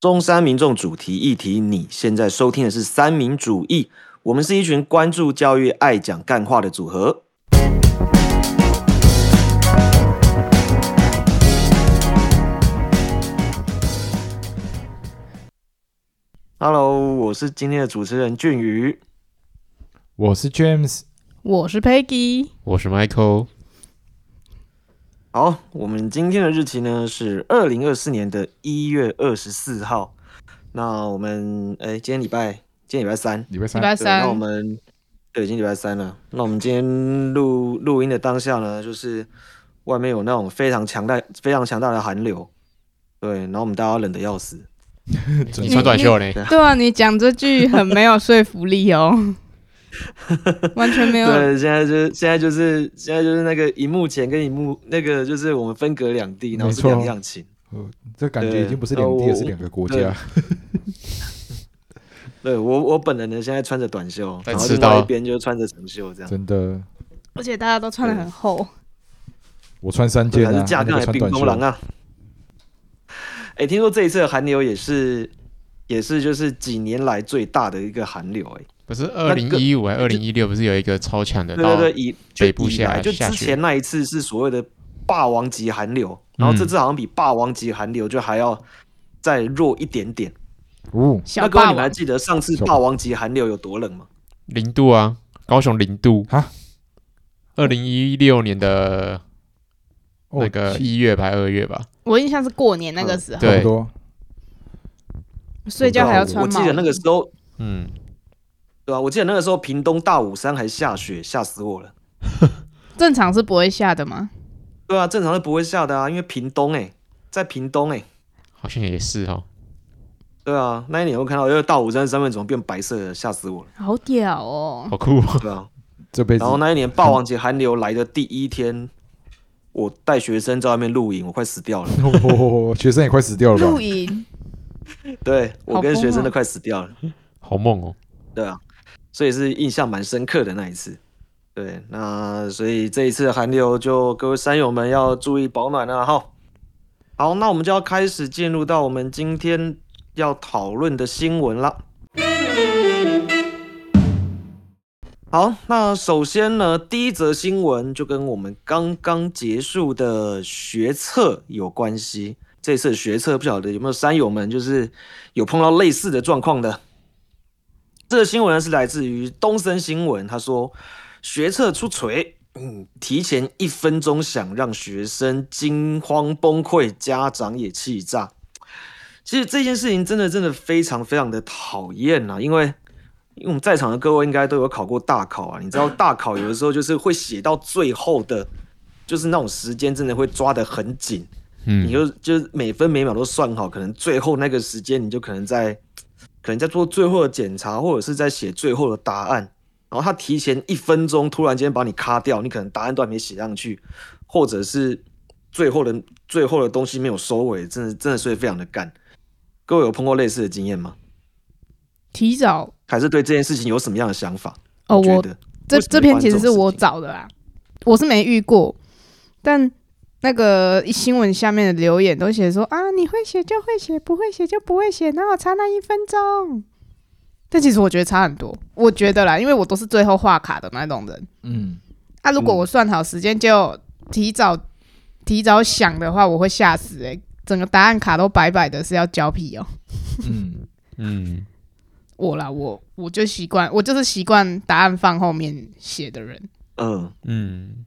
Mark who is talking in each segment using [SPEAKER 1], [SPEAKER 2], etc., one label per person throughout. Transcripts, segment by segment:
[SPEAKER 1] 中山民众主题议题，你现在收听的是三民主义，我们是一群关注教育、爱讲干话的组合。Hello，我是今天的主持人俊宇。
[SPEAKER 2] 我是 James，
[SPEAKER 3] 我是
[SPEAKER 1] 啊
[SPEAKER 3] Peggy，
[SPEAKER 4] 我是 Michael，
[SPEAKER 1] 好，我们今天的日期呢是二零二四年的一月二十四号。那我们哎、今天礼拜，今天礼拜三，
[SPEAKER 2] 礼拜
[SPEAKER 3] 礼拜
[SPEAKER 2] 三，
[SPEAKER 1] 对，那我
[SPEAKER 3] 三，
[SPEAKER 1] 们对，已经礼拜三了。那我们今天录录音的当下呢，就是外面有那种非常强大、非常强大的寒流，对，然后我们大家冷得要死。
[SPEAKER 4] 你穿短袖呢？
[SPEAKER 3] 对啊，你讲这句很没有说服力哦， 完全没有，
[SPEAKER 1] 对，现在就是现在就是现在就是那个荧幕前跟荧幕那个就是我们分隔两地，然后是
[SPEAKER 2] 没错
[SPEAKER 1] 两样情。
[SPEAKER 2] 这感觉已经不是两
[SPEAKER 1] 对
[SPEAKER 2] 地，
[SPEAKER 1] 呃我
[SPEAKER 2] 也是两个国家。
[SPEAKER 1] 对我我本人呢，现在穿着短袖，
[SPEAKER 4] 在
[SPEAKER 1] 然后
[SPEAKER 4] 赤
[SPEAKER 1] 另外
[SPEAKER 4] 道
[SPEAKER 1] 一边就穿着长袖这样。
[SPEAKER 2] 真的，
[SPEAKER 3] 而且大家都穿的很厚，
[SPEAKER 2] 我穿三
[SPEAKER 1] 对，
[SPEAKER 2] 件
[SPEAKER 1] 还是
[SPEAKER 2] 啊，
[SPEAKER 1] 架
[SPEAKER 2] 那
[SPEAKER 1] 杠
[SPEAKER 2] 个
[SPEAKER 1] 还
[SPEAKER 2] 穿
[SPEAKER 1] 冰
[SPEAKER 2] 短
[SPEAKER 1] 风狼
[SPEAKER 2] 袖，
[SPEAKER 1] 啊？哎、听说这一次的寒流也是也是就是几年来最大的一个寒流、哎。
[SPEAKER 4] 不是二零一五还二零一六，不是有一个超强的
[SPEAKER 1] 对对
[SPEAKER 4] 到
[SPEAKER 1] 对，以就
[SPEAKER 4] 北部
[SPEAKER 1] 以
[SPEAKER 4] 下
[SPEAKER 1] 来就
[SPEAKER 4] 下
[SPEAKER 1] 之
[SPEAKER 4] 雪
[SPEAKER 1] 前那一次是所谓的霸王级寒流，然后这
[SPEAKER 4] 嗯
[SPEAKER 1] 次好像比霸王级寒流就还要再弱一点点。
[SPEAKER 2] 哦，
[SPEAKER 3] 小
[SPEAKER 1] 那各位
[SPEAKER 3] 霸
[SPEAKER 1] 你们还
[SPEAKER 3] 王，
[SPEAKER 1] 记得上次
[SPEAKER 2] 小
[SPEAKER 1] 霸王级寒流有多冷吗？
[SPEAKER 4] 零度啊，高雄零度
[SPEAKER 2] 啊。
[SPEAKER 4] 二零一六年的
[SPEAKER 2] 哦
[SPEAKER 4] 那个
[SPEAKER 2] 七
[SPEAKER 4] 一月吧，还二月吧，
[SPEAKER 3] 我印象是过年那个时候
[SPEAKER 2] 差
[SPEAKER 4] 对
[SPEAKER 2] 不多，
[SPEAKER 3] 睡觉还
[SPEAKER 1] 嗯
[SPEAKER 3] 要
[SPEAKER 1] 啊我
[SPEAKER 3] 穿
[SPEAKER 1] 记
[SPEAKER 3] 帽
[SPEAKER 1] 得那个
[SPEAKER 3] 子，
[SPEAKER 1] 时候，
[SPEAKER 4] 嗯，
[SPEAKER 1] 对吧、啊我记得那个时候屏东大武山还下雪，吓死我了。
[SPEAKER 3] 正常是不会下的嘛，
[SPEAKER 1] 对啊，正常是不会下的啊，因为屏东哎、在屏东哎、
[SPEAKER 4] 好像也是哦。
[SPEAKER 1] 对啊，那一年我看到，因为大武山上面怎么变白色的，吓死我 了，
[SPEAKER 3] 好屌哦，
[SPEAKER 4] 好酷哦！
[SPEAKER 1] 对啊。
[SPEAKER 2] 这辈子
[SPEAKER 1] 然后那一年霸王级寒流来的第一天，我带学生在外面露营，我快死掉了。
[SPEAKER 2] 哦 学生也快死掉了
[SPEAKER 3] 露
[SPEAKER 2] 吧？
[SPEAKER 3] 营
[SPEAKER 1] 对我
[SPEAKER 3] 好
[SPEAKER 1] 跟
[SPEAKER 3] 疯
[SPEAKER 1] 学生都
[SPEAKER 3] 哦
[SPEAKER 1] 快死掉了，
[SPEAKER 4] 好梦哦。
[SPEAKER 1] 对啊，所以是印象蛮深刻的那一次。对，那所以这一次的寒流就各位山友们要注意保暖啊！哈，好，那我们就要开始进入到我们今天要讨论的新闻啦。好，那首先呢，第一则新闻就跟我们刚刚结束的学测有关系。这次的学测不晓得有没有山友们就是有碰到类似的状况的？这个新闻呢是来自于东森新闻，他说学测出锤，嗯，提前一分钟想让学生惊慌崩溃，家长也气炸。其实这件事情真的真的非常非常的讨厌呐、因为因为我们在场的各位应该都有考过大考啊，你知道大考有的时候就是会写到最后的，就是那种时间真的会抓得很紧，你
[SPEAKER 4] 嗯，
[SPEAKER 1] 就就是每分每秒都算好，可能最后那个时间你就可能在可能在做最后的检查，或者是在写最后的答案。然后他提前一分钟突然间把你卡掉，你可能答案都还没写上去，或者是最后的最后的东西没有收尾，真的真的是会非常的干。各位有碰过类似的经验吗？
[SPEAKER 3] 提早
[SPEAKER 1] 还是对这件事情有什么样的想法？
[SPEAKER 3] 哦，
[SPEAKER 1] 你觉
[SPEAKER 3] 我
[SPEAKER 1] 得
[SPEAKER 3] 这
[SPEAKER 1] 为什么
[SPEAKER 3] 这篇其实是我找的啦，我是没遇过，但那个新闻下面的留言都写说啊，你会写就会写，不会写就不会写，哪有差那一分钟？但其实我觉得差很多，我觉得啦，因为我都是最后画卡的那种人
[SPEAKER 2] 嗯，
[SPEAKER 3] 啊。如果我算好时间就提早提早想的话，我会吓死诶、整个答案卡都白白的，是要交屁哦、
[SPEAKER 2] 嗯，
[SPEAKER 4] 嗯，
[SPEAKER 3] 我啦，我我就习惯，我就是习惯答案放后面写的人。
[SPEAKER 1] 嗯，
[SPEAKER 4] 嗯，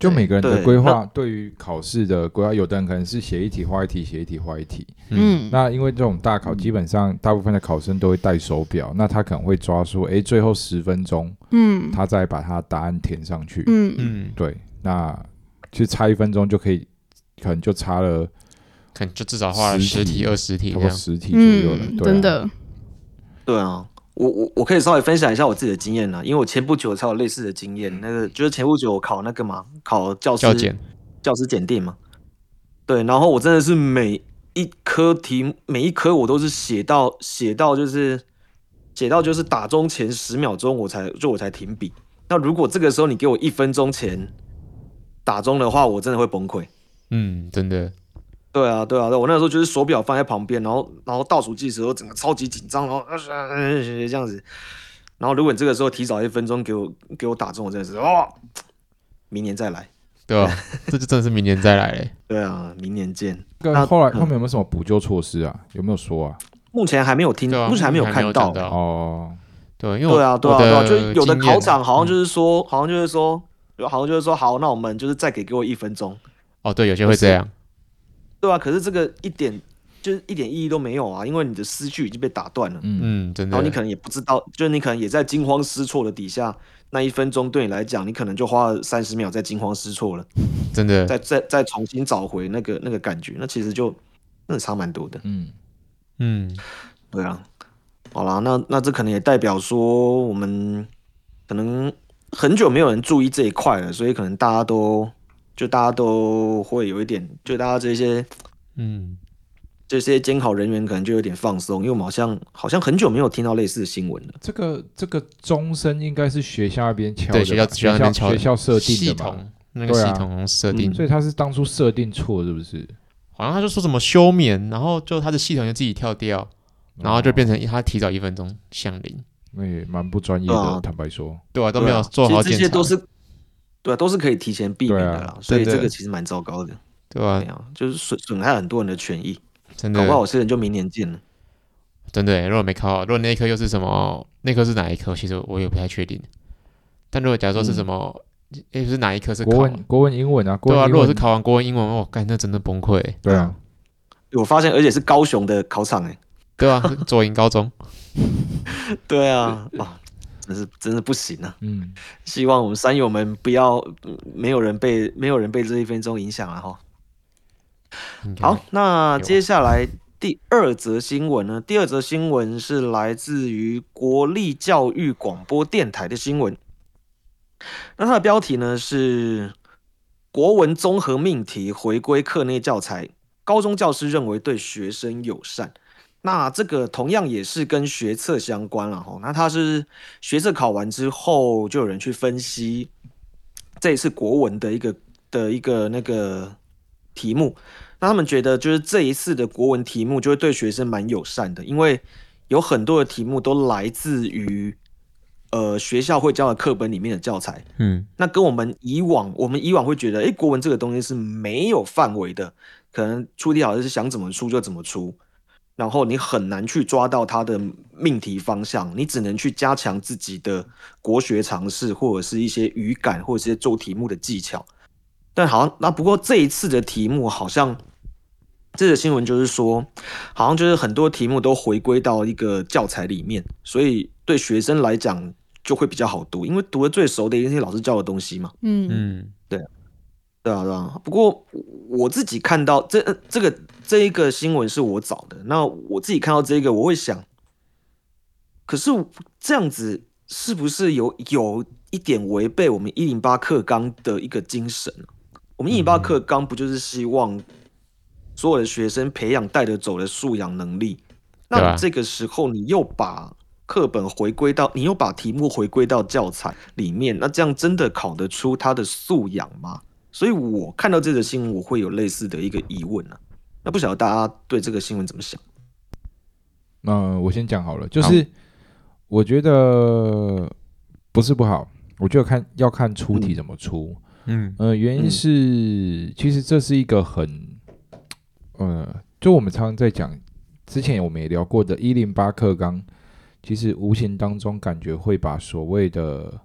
[SPEAKER 2] 就每个人的
[SPEAKER 1] 对
[SPEAKER 2] 规划，对于考试的规划，有的人可能是写一题画一题，写一题画一题。
[SPEAKER 4] 嗯
[SPEAKER 3] 嗯，
[SPEAKER 2] 那因为这种大考，基本上大部分的考生都会带手表，那他可能会抓说，诶，最后十分钟，
[SPEAKER 3] 嗯
[SPEAKER 2] 他再把他答案填上去。
[SPEAKER 3] 嗯嗯
[SPEAKER 4] 嗯，
[SPEAKER 2] 对，那其实差一分钟就可以，可能就差了
[SPEAKER 4] 可能就至少花了
[SPEAKER 2] 十
[SPEAKER 4] 十
[SPEAKER 2] 题
[SPEAKER 4] 题、二十题
[SPEAKER 2] 差不多
[SPEAKER 4] 这样。
[SPEAKER 2] 十题左右了，
[SPEAKER 3] 嗯，
[SPEAKER 2] 对啊
[SPEAKER 3] 真的，
[SPEAKER 1] 对啊，我我我可以稍微分享一下我自己的经验啦，因为我前不久才有类似的经验，那个就是前不久我考那个嘛，考教师
[SPEAKER 4] 教检，
[SPEAKER 1] 教师检定嘛。对，然后我真的是每一科题每一科我都是写到写到就是写到就是打钟前十秒钟我才就我才停笔。那如果这个时候你给我一分钟前打钟的话，我真的会崩溃。
[SPEAKER 4] 嗯，真的，
[SPEAKER 1] 对啊，对啊，对我那个时候就是手表放在旁边，然后然后倒数计时，我整个超级紧张，然后呃呃呃这样子。然后如果你这个时候提早一分钟给我给我打中，我真的是哦，明年再来。
[SPEAKER 4] 对 吧、这就真的是明年再来嘞。
[SPEAKER 1] 对啊，明年见。
[SPEAKER 2] 那
[SPEAKER 1] 那
[SPEAKER 2] 后来
[SPEAKER 1] 嗯
[SPEAKER 2] 后面有没有什么补救措施啊？有没有说啊？
[SPEAKER 1] 目前还没有听，
[SPEAKER 4] 对啊，
[SPEAKER 1] 目前还没有看
[SPEAKER 4] 到。
[SPEAKER 1] 到。
[SPEAKER 2] 哦，
[SPEAKER 4] 对，因为我
[SPEAKER 1] 对啊，对啊，对啊，
[SPEAKER 4] 我
[SPEAKER 1] 就有的
[SPEAKER 4] 经验嗯
[SPEAKER 1] 考场好像就是说，好像就是说，有好像就是说，好，那我们就是再给给我一分钟，
[SPEAKER 4] 哦，对，有些会这样。
[SPEAKER 1] 对啊，可是这个一点就是一点意义都没有啊，因为你的思绪已经被打断了，
[SPEAKER 2] 嗯，
[SPEAKER 4] 嗯，真
[SPEAKER 1] 然后你可
[SPEAKER 4] 的。
[SPEAKER 1] 能也不知道，就是你可能也在惊慌失措的底下，那一分钟对你来讲，你可能就花了三十秒在惊慌失措了，
[SPEAKER 4] 真的，
[SPEAKER 1] 再再再重新找回那个那个感觉，那其实就那差蛮多的。
[SPEAKER 2] 嗯，
[SPEAKER 4] 嗯，
[SPEAKER 1] 对啊，好啦，那那这可能也代表说我们可能很久没有人注意这一块了，所以可能大家都就大家都会有一点，就大家这些
[SPEAKER 4] 嗯，
[SPEAKER 1] 这些监考人员可能就有点放松，因为我们好像好像很久没有听到类似的新闻了。
[SPEAKER 2] 这个这个钟声应该是学校那边敲的吧，
[SPEAKER 4] 对，学校
[SPEAKER 2] 学
[SPEAKER 4] 校那边敲的
[SPEAKER 2] 学校设
[SPEAKER 4] 系
[SPEAKER 2] 定的嘛，
[SPEAKER 4] 统那个
[SPEAKER 2] 对
[SPEAKER 4] 系
[SPEAKER 2] 啊
[SPEAKER 4] 统好像设定，
[SPEAKER 2] 所以他是当初设定错是不是？
[SPEAKER 4] 好像他就说什么休眠，然后就他的系统就自己跳掉，
[SPEAKER 2] 嗯
[SPEAKER 4] 然后就变成他提早一分钟响铃，
[SPEAKER 2] 那也蛮不专业
[SPEAKER 1] 对啊
[SPEAKER 2] 的，坦白说，
[SPEAKER 4] 对啊，都
[SPEAKER 1] 对
[SPEAKER 4] 没有
[SPEAKER 1] 啊
[SPEAKER 4] 做好
[SPEAKER 1] 其实
[SPEAKER 4] 检
[SPEAKER 1] 这些
[SPEAKER 4] 查
[SPEAKER 1] 都，是对啊，都是可以提前避免的
[SPEAKER 2] 对
[SPEAKER 1] 啦，所以
[SPEAKER 4] 真
[SPEAKER 1] 这
[SPEAKER 4] 的
[SPEAKER 1] 个其实蛮糟糕的，
[SPEAKER 4] 对吧
[SPEAKER 1] 对？啊，就是损损害很多人的权益，
[SPEAKER 4] 真
[SPEAKER 1] 搞不好
[SPEAKER 4] 的，
[SPEAKER 1] 有些人就明年见了。
[SPEAKER 4] 真的耶，如果没考好，如果那一科又是什么，那科是哪一科，其实我也不太确定。但如果假如说是什么，也不是哪一科是
[SPEAKER 2] 国
[SPEAKER 4] 考，
[SPEAKER 2] 文国文英文啊，国
[SPEAKER 4] 对
[SPEAKER 2] 文
[SPEAKER 4] 啊，
[SPEAKER 2] 英
[SPEAKER 4] 如
[SPEAKER 2] 文
[SPEAKER 4] 果是考完国文、英文，我干，那真的崩溃耶，
[SPEAKER 2] 对啊，
[SPEAKER 1] 我发现，而且是高雄的考场哎、
[SPEAKER 4] 对啊，左营高中，
[SPEAKER 1] 对啊，哇，真是真是不行啊。
[SPEAKER 2] 嗯，
[SPEAKER 1] 希望我们山友们不要，嗯没有人被没有人被这一分钟影响了哈。
[SPEAKER 4] 应该
[SPEAKER 1] 好，，那接下来第二则新闻呢？第二则新闻是来自于国立教育广播电台的新闻。那它的标题呢是“国文综合命题回归课内教材”，高中教师认为对学生友善。那这个同样也是跟学测相关了哈。那它是学测考完之后，就有人去分析这一次国文的一个的一个那个题目。那他们觉得就是这一次的国文题目就会对学生蛮友善的，因为有很多的题目都来自于呃学校会教的课本里面的教材。
[SPEAKER 4] 嗯，
[SPEAKER 1] 那跟我们以往，我们以往会觉得，诶，国文这个东西是没有范围的，可能出题老师是想怎么出就怎么出，然后你很难去抓到它的命题方向，你只能去加强自己的国学常识，或者是一些语感，或者是一些做题目的技巧。但好像那不过这一次的题目好像，这个新闻就是说，好像就是很多题目都回归到一个教材里面，所以对学生来讲就会比较好读，因为读的最熟的一定是老师教的东西嘛。
[SPEAKER 3] 嗯，
[SPEAKER 4] 嗯，
[SPEAKER 1] 对啊，对啊。不过我自己看到这呃这个这一个新闻是我找的，那我自己看到这个，我会想，可是这样子是不是有有一点违背我们一零八课纲的一个精神啊？我们一零八课纲不就是希望所有的学生培养带得走的素养能力？
[SPEAKER 4] 对啊
[SPEAKER 1] 那你这个时候你又把课本回归到，你又把题目回归到教材里面，那这样真的考得出他的素养吗？所以我看到这则新闻，我会有类似的一个疑问啊。那不晓得大家对这个新闻怎么想？
[SPEAKER 2] 那我先讲好了，就是我觉得不是不好，我就看要看出题怎么出，
[SPEAKER 4] 嗯，
[SPEAKER 2] 呃，原因
[SPEAKER 1] 嗯
[SPEAKER 2] 是、其实这是一个很，呃，就我们常常在讲，之前我们也聊过的一零八课纲，其实无形当中感觉会把所谓的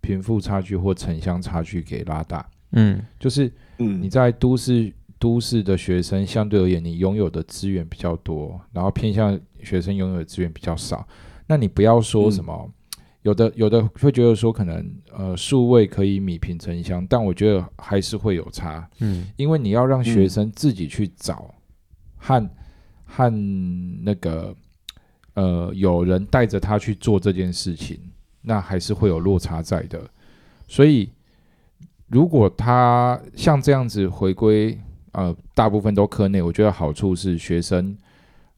[SPEAKER 2] 贫富差距或城乡差距给拉大，
[SPEAKER 4] 嗯，
[SPEAKER 2] 就是
[SPEAKER 1] 嗯
[SPEAKER 2] 你在都市都市的学生相对而言，你拥有的资源比较多，然后偏向学生拥有的资源比较少。那你不要说什么，有的有的会觉得说可能呃数位可以米平城乡，但我觉得还是会有差，
[SPEAKER 4] 嗯，
[SPEAKER 2] 因为你要让学
[SPEAKER 1] 嗯
[SPEAKER 2] 生自己去找和和那个呃有人带着他去做这件事情，那还是会有落差在的。所以，如果他像这样子回归，呃，大部分都课内，我觉得好处是学生，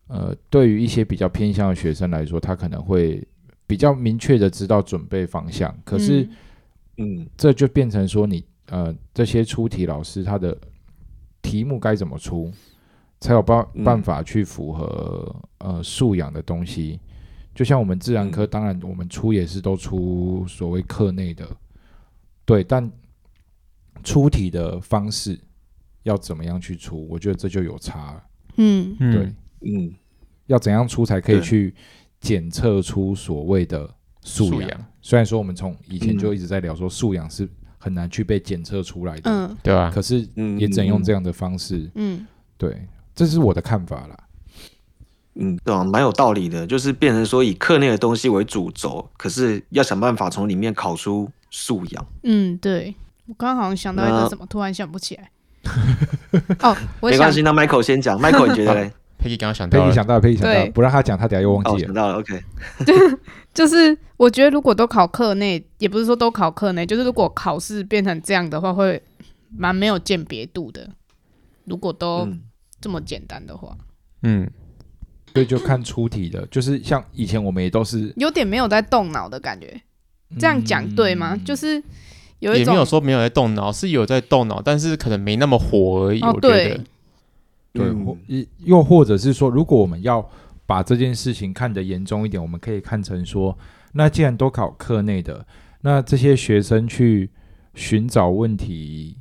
[SPEAKER 2] 呃，对于一些比较偏向的学生来说，他可能会比较明确的知道准备方向。可是，
[SPEAKER 3] 嗯
[SPEAKER 1] 嗯
[SPEAKER 2] 这就变成说你呃这些出题老师他的题目该怎么出，才有办
[SPEAKER 1] 嗯
[SPEAKER 2] 办法去符合、呃素养的东西。就像我们自然科，
[SPEAKER 1] 嗯
[SPEAKER 2] 当然我们出也是都出所谓课内的，对，但出题的方式要怎么样去出，我觉得这就有差了。
[SPEAKER 3] 嗯
[SPEAKER 4] 嗯
[SPEAKER 2] 对，
[SPEAKER 1] 嗯，
[SPEAKER 2] 要怎样出才可以
[SPEAKER 1] 对
[SPEAKER 2] 去检测出所谓的素
[SPEAKER 4] 素
[SPEAKER 2] 养？
[SPEAKER 4] 养
[SPEAKER 2] 虽然说我们从以前
[SPEAKER 1] 嗯
[SPEAKER 2] 就一直在聊说素养是很难去被检测出来的，
[SPEAKER 3] 嗯
[SPEAKER 4] 对啊吧？
[SPEAKER 2] 可是
[SPEAKER 1] 嗯
[SPEAKER 2] 也只能用这样的方式。
[SPEAKER 3] 嗯
[SPEAKER 2] 对，这是我的看法啦。
[SPEAKER 1] 嗯，对啊，蛮有道理的，就是变成说以课内的东西为主轴，可是要想办法从里面考出素养。
[SPEAKER 3] 嗯，对。我刚刚好像想到一个
[SPEAKER 1] 那
[SPEAKER 3] 什么，突然想不 起来。哦，我
[SPEAKER 1] 没
[SPEAKER 3] 想
[SPEAKER 1] 关系，那 Michael 先讲，Michael 你觉得嘞？
[SPEAKER 4] 佩奇刚刚想
[SPEAKER 2] 佩
[SPEAKER 4] 到
[SPEAKER 2] 奇
[SPEAKER 4] 了，
[SPEAKER 2] 想到了，佩奇想到了
[SPEAKER 3] 对，
[SPEAKER 2] 不让他讲，他等下又 忘
[SPEAKER 1] 哦，
[SPEAKER 2] 记
[SPEAKER 1] 想
[SPEAKER 2] 了。
[SPEAKER 1] 到了，OK，
[SPEAKER 3] 就是我觉得如果都考课内，也不是说都考课内，就是如果考试变成这样的话，会蛮没有鉴别度的。如果都
[SPEAKER 1] 嗯
[SPEAKER 3] 这么简单的话，
[SPEAKER 4] 嗯，
[SPEAKER 2] 所以就看出题的，就是像以前我们也都是嗯
[SPEAKER 3] 有点没有在动脑的感觉。这样讲对吗？就是有一
[SPEAKER 4] 也没
[SPEAKER 3] 种
[SPEAKER 4] 有说没有在动脑，是有在动脑，但是可能没那么火而已。
[SPEAKER 3] 哦
[SPEAKER 4] 我觉得
[SPEAKER 3] 对，
[SPEAKER 2] 对，
[SPEAKER 1] 嗯
[SPEAKER 2] 或一又或者是说，如果我们要把这件事情看得严重一点，我们可以看成说，那既然都考课内的，那这些学生去寻找问题、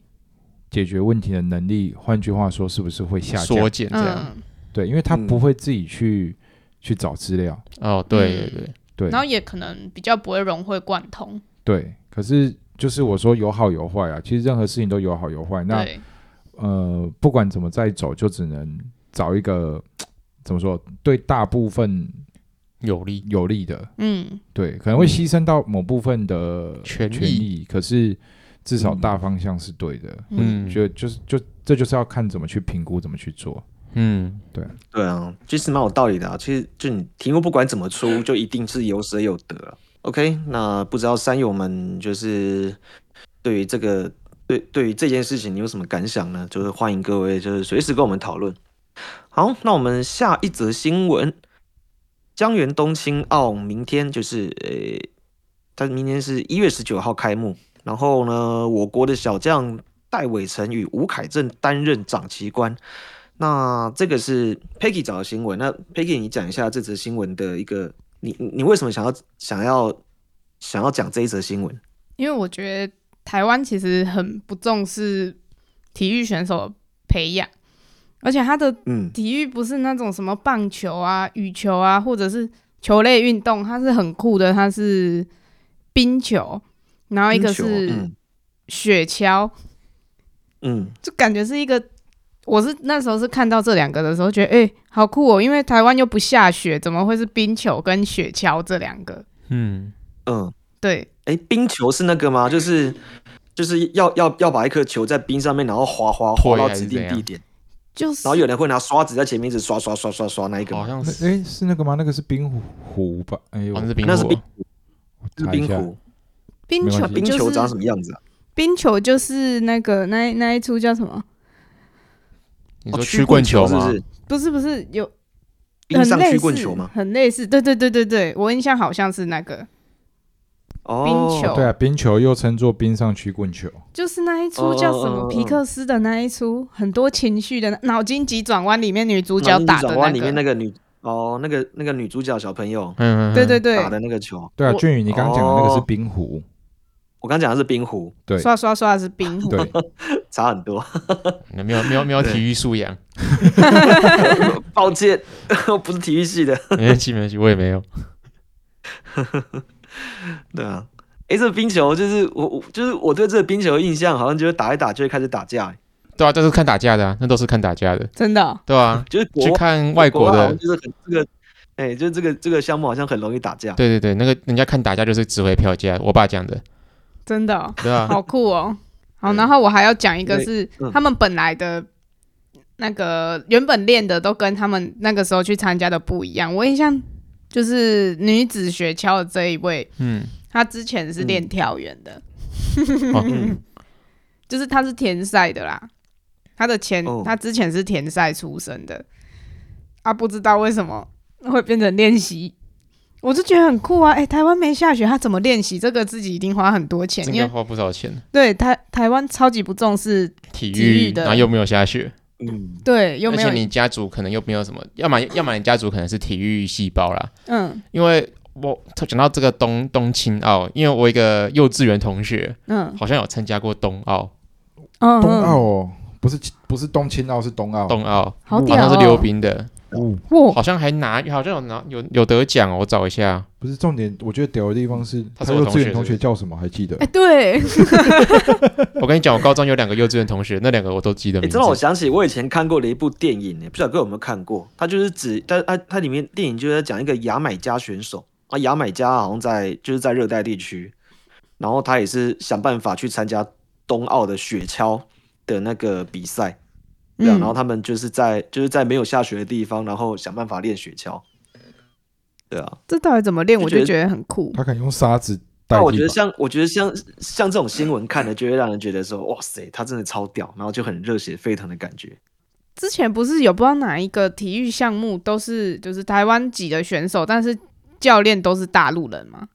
[SPEAKER 2] 解决问题的能力，换句话说，是不是会下
[SPEAKER 4] 缩
[SPEAKER 2] 降？
[SPEAKER 4] 减这样。
[SPEAKER 3] 嗯，
[SPEAKER 2] 对，因为他
[SPEAKER 1] 嗯
[SPEAKER 2] 不会自己去、去找资料。
[SPEAKER 4] 哦，
[SPEAKER 3] 嗯
[SPEAKER 4] 对对对，
[SPEAKER 2] 对，
[SPEAKER 3] 然后也可能比较不会融会贯通。
[SPEAKER 2] 对，可是就是我说有好有坏啊，其实任何事情都有好有坏。那
[SPEAKER 3] 对，
[SPEAKER 2] 呃，不管怎么再走，就只能找一个怎么说对大部分
[SPEAKER 4] 有力
[SPEAKER 2] 有利的，
[SPEAKER 3] 嗯
[SPEAKER 2] 对，可能会牺牲到某部分的
[SPEAKER 4] 权益
[SPEAKER 2] 权益，可是至少
[SPEAKER 1] 嗯
[SPEAKER 2] 大方向是对的。
[SPEAKER 3] 嗯
[SPEAKER 4] 嗯
[SPEAKER 2] 就就是就这就是要看怎么去评估，怎么去做。
[SPEAKER 4] 嗯，
[SPEAKER 1] 对啊，其实蛮有道理的啊。其实就你题目不管怎么出，就一定是有舍有得啊。OK，那不知道山友们就是对于这个对对于这件事情你有什么感想呢？就是欢迎各位就是随时跟我们讨论。好，那我们下一则新闻，江原冬青奥明天就是呃，它明天是一月十九号开幕，然后呢，我国的小将戴伟成与吴凯正担任长旗官。那这个是 Peggy 找的新闻。那 Peggy，你讲一下这则新闻的一个，你你你为什么想要想要想要讲这一则新闻？
[SPEAKER 3] 因为我觉得台湾其实很不重视体育选手的培养，而且他的
[SPEAKER 1] 嗯
[SPEAKER 3] 体育不是那种什么棒球啊、羽球啊，或者是球类运动，它是很酷的，它是冰球，然后一个
[SPEAKER 1] 冰球
[SPEAKER 3] 是
[SPEAKER 1] 嗯
[SPEAKER 3] 雪橇，
[SPEAKER 1] 嗯
[SPEAKER 3] 就感觉是一个，我是那时候是看到这两个的时候，觉得哎、诶好酷哦，因为台湾又不下雪，怎么会是冰球跟雪橇这两个？
[SPEAKER 4] 嗯，
[SPEAKER 1] 嗯，
[SPEAKER 3] 对，
[SPEAKER 1] 哎、冰球是那个吗？就是就是要要要把一颗球在冰上面，然后滑滑滑
[SPEAKER 4] 推
[SPEAKER 1] 到
[SPEAKER 4] 还是
[SPEAKER 1] 指
[SPEAKER 4] 怎
[SPEAKER 1] 定
[SPEAKER 4] 样
[SPEAKER 1] 地点，
[SPEAKER 3] 就是
[SPEAKER 1] 然后有人会拿刷子在前面一直刷刷刷刷刷那一个
[SPEAKER 4] 好
[SPEAKER 1] 吗？
[SPEAKER 4] 像
[SPEAKER 2] 那
[SPEAKER 4] 是，
[SPEAKER 2] 诶，是那个吗？那个是冰壶壶吧？哎呦，
[SPEAKER 4] 好像哦是冰
[SPEAKER 1] 那是
[SPEAKER 4] 火
[SPEAKER 1] 冰是
[SPEAKER 2] 我查一
[SPEAKER 1] 冰
[SPEAKER 2] 下
[SPEAKER 1] 壶，
[SPEAKER 3] 冰
[SPEAKER 2] 没
[SPEAKER 3] 球
[SPEAKER 2] 关系
[SPEAKER 1] 冰
[SPEAKER 3] 就
[SPEAKER 1] 球
[SPEAKER 3] 是
[SPEAKER 1] 长什么样子啊？
[SPEAKER 3] 冰球就是那个那一那一出叫什么？
[SPEAKER 4] 你
[SPEAKER 1] 哦
[SPEAKER 4] 说
[SPEAKER 1] 曲
[SPEAKER 4] 曲
[SPEAKER 1] 棍
[SPEAKER 4] 棍球
[SPEAKER 1] 是
[SPEAKER 4] 吗
[SPEAKER 1] 不？是？
[SPEAKER 3] 不是不是有
[SPEAKER 1] 冰上
[SPEAKER 3] 很类
[SPEAKER 1] 曲
[SPEAKER 3] 似
[SPEAKER 1] 棍球吗？
[SPEAKER 3] 很类似，对对对对对，我印象好像是那个，
[SPEAKER 1] 哦，
[SPEAKER 3] 冰球
[SPEAKER 2] 对啊，冰球又称作冰上曲棍球。
[SPEAKER 3] 就是那一出叫什
[SPEAKER 1] 哦哦哦
[SPEAKER 3] 么
[SPEAKER 1] 哦
[SPEAKER 3] 皮克斯的那一出，很多情绪的脑筋急转弯里面女主角
[SPEAKER 1] 男女
[SPEAKER 3] 打的
[SPEAKER 1] 转
[SPEAKER 3] 那
[SPEAKER 1] 弯里面那
[SPEAKER 3] 个，
[SPEAKER 1] 个女哦，那个那个女主角小朋友
[SPEAKER 4] 嗯，嗯嗯
[SPEAKER 3] 对对对
[SPEAKER 1] 打，的那个球，
[SPEAKER 2] 对啊，
[SPEAKER 3] 我
[SPEAKER 2] 俊宇，你刚刚讲的那个是
[SPEAKER 1] 哦
[SPEAKER 2] 冰壶，
[SPEAKER 1] 我刚讲的是冰壶，
[SPEAKER 2] 对
[SPEAKER 3] 刷刷刷的是冰壶，
[SPEAKER 2] 对，
[SPEAKER 1] 差很多。
[SPEAKER 4] 没有没有没有体育素养，
[SPEAKER 1] 抱歉， 不是体育系的。
[SPEAKER 4] 没关系没关系，我也没有。
[SPEAKER 1] 对啊，诶，这冰球就是我，我就是我对这个冰球的印象，好像就是打一打就会开始打架，，
[SPEAKER 4] 对啊，这是看打架的啊，那都是看打架的，
[SPEAKER 3] 真的哦
[SPEAKER 4] 对啊
[SPEAKER 1] 就是国
[SPEAKER 4] 去看外
[SPEAKER 1] 国
[SPEAKER 4] 国
[SPEAKER 1] 外好像
[SPEAKER 4] 的，
[SPEAKER 1] 就是很这个，哎、就是这个这个项目好像很容易打架。
[SPEAKER 4] 对啊对对，那个人家看打架就是指挥票价，我爸讲的，
[SPEAKER 3] 真的哦，
[SPEAKER 4] 对啊，
[SPEAKER 3] 好酷哦。好，
[SPEAKER 4] 对
[SPEAKER 3] 然后我还要讲一个
[SPEAKER 1] 对
[SPEAKER 3] 是
[SPEAKER 1] 嗯
[SPEAKER 3] 他们本来的那个原本练的都跟他们那个时候去参加的不一样。我印象就是女子雪橇的这一位，
[SPEAKER 4] 嗯，
[SPEAKER 3] 她之前是练跳远的，
[SPEAKER 4] 哦
[SPEAKER 1] 嗯
[SPEAKER 3] 嗯就是她是田赛的啦。她的前
[SPEAKER 1] 哦
[SPEAKER 3] 她之前是田赛出身的，啊，不知道为什么会变成练习。我就觉得很酷啊！哎、台湾没下雪，她怎么练习？这个自己一定花很多钱，
[SPEAKER 4] 这应
[SPEAKER 3] 因
[SPEAKER 4] 该
[SPEAKER 3] 为
[SPEAKER 4] 花不少钱，
[SPEAKER 3] 对台台湾超级不重视体
[SPEAKER 4] 体
[SPEAKER 3] 育
[SPEAKER 4] 育，
[SPEAKER 3] 的
[SPEAKER 4] 然后又没有下雪，
[SPEAKER 1] 嗯，
[SPEAKER 3] 对，又
[SPEAKER 4] 而
[SPEAKER 3] 没
[SPEAKER 4] 且
[SPEAKER 3] 有
[SPEAKER 4] 你家族可能又没有什么，要么要么你家族可能是体育细胞啦，
[SPEAKER 3] 嗯
[SPEAKER 4] 因为我讲到这个冬冬青奥，因为我一个幼稚园同学
[SPEAKER 3] 嗯
[SPEAKER 4] 好像有参加过冬奥，
[SPEAKER 3] 嗯，
[SPEAKER 2] 冬奥
[SPEAKER 3] 嗯
[SPEAKER 2] 哦，不是不是冬青奥，是冬
[SPEAKER 1] 哦
[SPEAKER 2] 奥。
[SPEAKER 4] 冬奥
[SPEAKER 3] 好
[SPEAKER 4] 好
[SPEAKER 3] 屌哦，
[SPEAKER 4] 像嗯是溜冰的，
[SPEAKER 2] 哦，
[SPEAKER 3] 哇，
[SPEAKER 4] 好像还拿好像有拿有有得奖哦，我找一下，
[SPEAKER 2] 不是重点，我觉得屌的地方是，他
[SPEAKER 4] 他是我
[SPEAKER 2] 幼
[SPEAKER 4] 同学
[SPEAKER 2] 稚园同
[SPEAKER 4] 是不
[SPEAKER 2] 学
[SPEAKER 4] 是
[SPEAKER 2] 叫什么还记得
[SPEAKER 3] 哎，？对，
[SPEAKER 4] 我跟你讲，我高中有两个幼稚园同学，那两个我都记得
[SPEAKER 1] 哎、
[SPEAKER 4] 名字
[SPEAKER 1] 这让我想起我以前看过的一部电影、欸，不知道各位有没有看过？它就是指，它它它里面电影就是在讲一个牙买加选手啊，牙买加好像在就是在热带地区，然后他也是想办法去参加冬奥的雪橇的那个比赛，对、啊，
[SPEAKER 3] 嗯
[SPEAKER 1] 然后他们就是在就是在没有下雪的地方，然后想办法练雪橇，对啊。
[SPEAKER 3] 这到底怎么练？
[SPEAKER 1] 就
[SPEAKER 3] 我
[SPEAKER 1] 觉
[SPEAKER 3] 就
[SPEAKER 1] 得
[SPEAKER 3] 觉得很酷。
[SPEAKER 2] 他可能用沙子代替吧。
[SPEAKER 1] 那我觉得像我觉得像像这种新闻看了，就会让人觉得说，哇塞，他真的超屌，然后就很热血沸腾的感觉。
[SPEAKER 3] 之前不是有不知道哪一个体育项目都是就是台湾籍的选手，但是教练都是大陆人吗？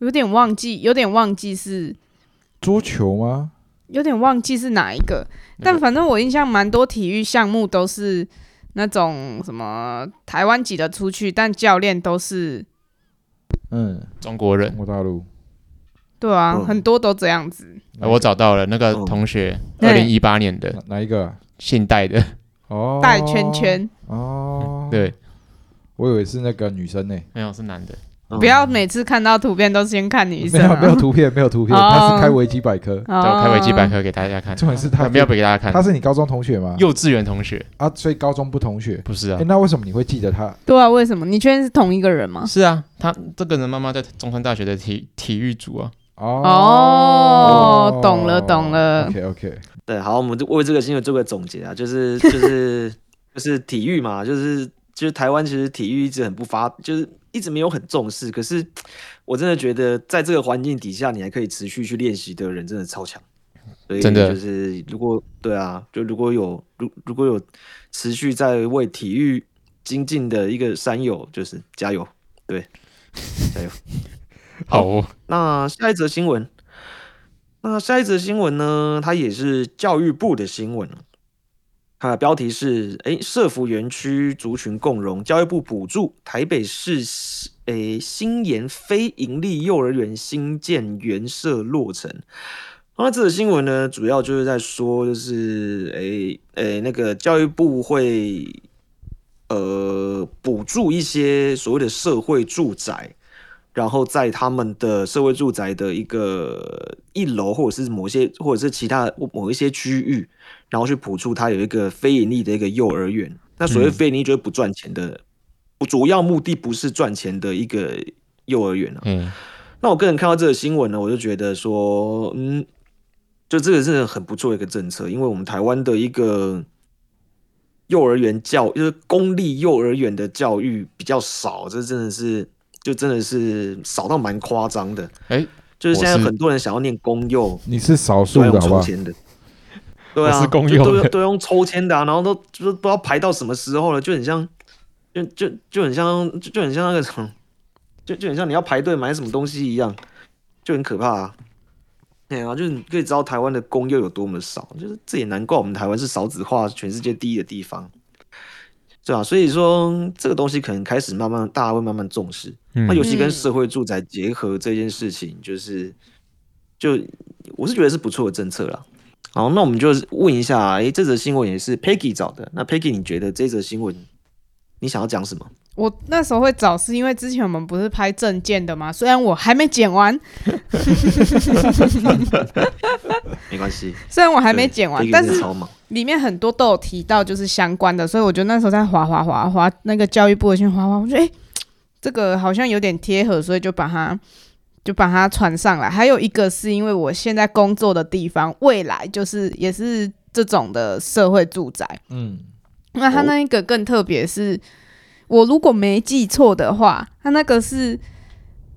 [SPEAKER 3] 有点忘记，有点忘记是，
[SPEAKER 2] 桌球吗？
[SPEAKER 3] 有点忘记是哪一个。
[SPEAKER 4] 那
[SPEAKER 3] 但
[SPEAKER 4] 个
[SPEAKER 3] 反正我印象蛮多体育项目都是那种什么台湾籍的出去，但教练都是
[SPEAKER 2] 嗯，
[SPEAKER 4] 中国人
[SPEAKER 2] 中，国大陆。
[SPEAKER 3] 对啊，
[SPEAKER 1] 嗯
[SPEAKER 3] 很多都这样子。
[SPEAKER 4] 呃我找到了那个
[SPEAKER 1] 嗯
[SPEAKER 4] 同学，二
[SPEAKER 3] 对
[SPEAKER 4] 零一八年的
[SPEAKER 2] 哪哪一个啊？
[SPEAKER 4] 现代的，
[SPEAKER 2] 哦，
[SPEAKER 3] 带圈圈，
[SPEAKER 2] 哦。，
[SPEAKER 1] 嗯
[SPEAKER 4] 对，
[SPEAKER 2] 我以为是那个女生呢。
[SPEAKER 4] 没有是男的，
[SPEAKER 1] 嗯
[SPEAKER 3] 不要每次看到图片都先看女
[SPEAKER 2] 没
[SPEAKER 3] 生、
[SPEAKER 2] 有
[SPEAKER 3] 啊，
[SPEAKER 2] 没有图片，没有图片，
[SPEAKER 3] 哦
[SPEAKER 2] 他是开维基百科。
[SPEAKER 4] 对我
[SPEAKER 3] 哦，
[SPEAKER 4] 开维基百科给大家看，
[SPEAKER 2] 哦重点是
[SPEAKER 4] 还
[SPEAKER 2] 他
[SPEAKER 4] 没有给大家
[SPEAKER 2] 他
[SPEAKER 4] 看，
[SPEAKER 2] 是你高中同学吗？
[SPEAKER 4] 幼稚园同学
[SPEAKER 2] 啊，所以高中不同学。
[SPEAKER 4] 不是啊
[SPEAKER 2] 哎，，那为什么你会记得他？
[SPEAKER 3] 对啊，为什么？你确定是同一个人吗？
[SPEAKER 4] 是啊，他这个人妈妈在中山大学的体体育组啊，
[SPEAKER 3] 哦懂了懂了
[SPEAKER 2] OK OK，
[SPEAKER 1] 对，好，我们就为这个新闻做个总结啊，就是就是 就是体育嘛，就是就是台湾其实体育一直很不发，就是一直没有很重视。可是我真的觉得，在这个环境底下，你还可以持续去练习的人，真的超强。所以
[SPEAKER 4] 真的
[SPEAKER 1] 就是如果对啊，就如果有如如果有持续在为体育精进的一个山友，就是加油。
[SPEAKER 4] 好哦，
[SPEAKER 1] 那下一则新闻，那下一则新闻呢？它也是教育部的新闻它的标题是：诶，社福园区族群共荣，教育部补助台北市西诶新研非营利幼儿园新建园舍落成。那这则新闻呢，主要就是在说，就是诶诶，那个教育部会呃补助一些所谓的社会住宅，然后在他们的社会住宅的一个一楼，或者是某一些，或者是其他某一些区域，然后去补助它有一个非盈利的一个幼儿园。那所谓
[SPEAKER 4] 嗯
[SPEAKER 1] 非盈利就是不赚钱的，不主要目的不是赚钱的一个幼儿园啊。
[SPEAKER 4] 嗯，
[SPEAKER 1] 那我个人看到这个新闻呢，我就觉得说，嗯，就这个是很不错的一个政策，因为我们台湾的一个幼儿园教，就是公立幼儿园的教育比较少，这真的是就真的是少到蛮夸张的。
[SPEAKER 4] 哎
[SPEAKER 1] 就是现
[SPEAKER 4] 我
[SPEAKER 1] 在
[SPEAKER 4] 是
[SPEAKER 1] 很多人想要念公幼，
[SPEAKER 2] 你是少数
[SPEAKER 1] 都要
[SPEAKER 2] 的
[SPEAKER 1] 用
[SPEAKER 2] 好不
[SPEAKER 1] 抽
[SPEAKER 2] 好？
[SPEAKER 1] 签的。对啊，
[SPEAKER 4] 我是公
[SPEAKER 1] 就
[SPEAKER 4] 幼
[SPEAKER 1] 都
[SPEAKER 4] 的
[SPEAKER 1] 都用抽签的啊，然后都就是不知道排到什么时候了，就很像，就就就很像，就就很像那个什么，就就很像你要排队买什么东西一样，就很可怕啊。对啊，就是你可以知道台湾的公幼有多么少，就是这也难怪我们台湾是少子化全世界第一的地方，对啊，所以说这个东西可能开始慢慢大家会慢慢重视，那尤
[SPEAKER 4] 嗯，
[SPEAKER 1] 其跟
[SPEAKER 3] 嗯
[SPEAKER 1] 社会住宅结合这件事情，就是就我是觉得是不错的政策啦。好，那我们就问一下，诶，这则新闻也是 Peggy 找的，那 Peggy 你觉得这则新闻你想要讲什么？
[SPEAKER 3] 我那时候会找，是因为之前我们不是拍证件的嘛，虽然我还没剪完，
[SPEAKER 1] 没关系，
[SPEAKER 3] 虽然我还没剪完，
[SPEAKER 1] Peggy
[SPEAKER 3] 但
[SPEAKER 1] 真的
[SPEAKER 3] 是
[SPEAKER 1] 超忙，
[SPEAKER 3] 里面很多都有提到就是相关的，所以我就那时候在划划划划那个教育部的新闻划划，我觉得哎、诶这个好像有点贴合，所以就把它就把它传上来。还有一个是因为我现在工作的地方，未来就是也是这种的社会住宅，
[SPEAKER 2] 嗯，
[SPEAKER 3] 那他
[SPEAKER 1] 哦
[SPEAKER 3] 那一个更特别是，我如果没记错的话，他那个是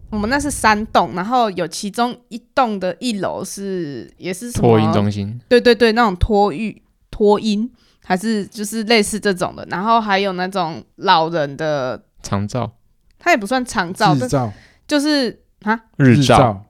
[SPEAKER 3] 我们那是三栋，然后有其中一栋的一楼是也是什么
[SPEAKER 4] 托运中心，
[SPEAKER 3] 对对对，那种托育托婴还是就是类似这种的，然后还有那种老人的，
[SPEAKER 4] 长照、
[SPEAKER 3] 他也不算长照，
[SPEAKER 2] 日
[SPEAKER 3] 但
[SPEAKER 2] 照
[SPEAKER 3] 就是啊
[SPEAKER 4] 日照、
[SPEAKER 2] 照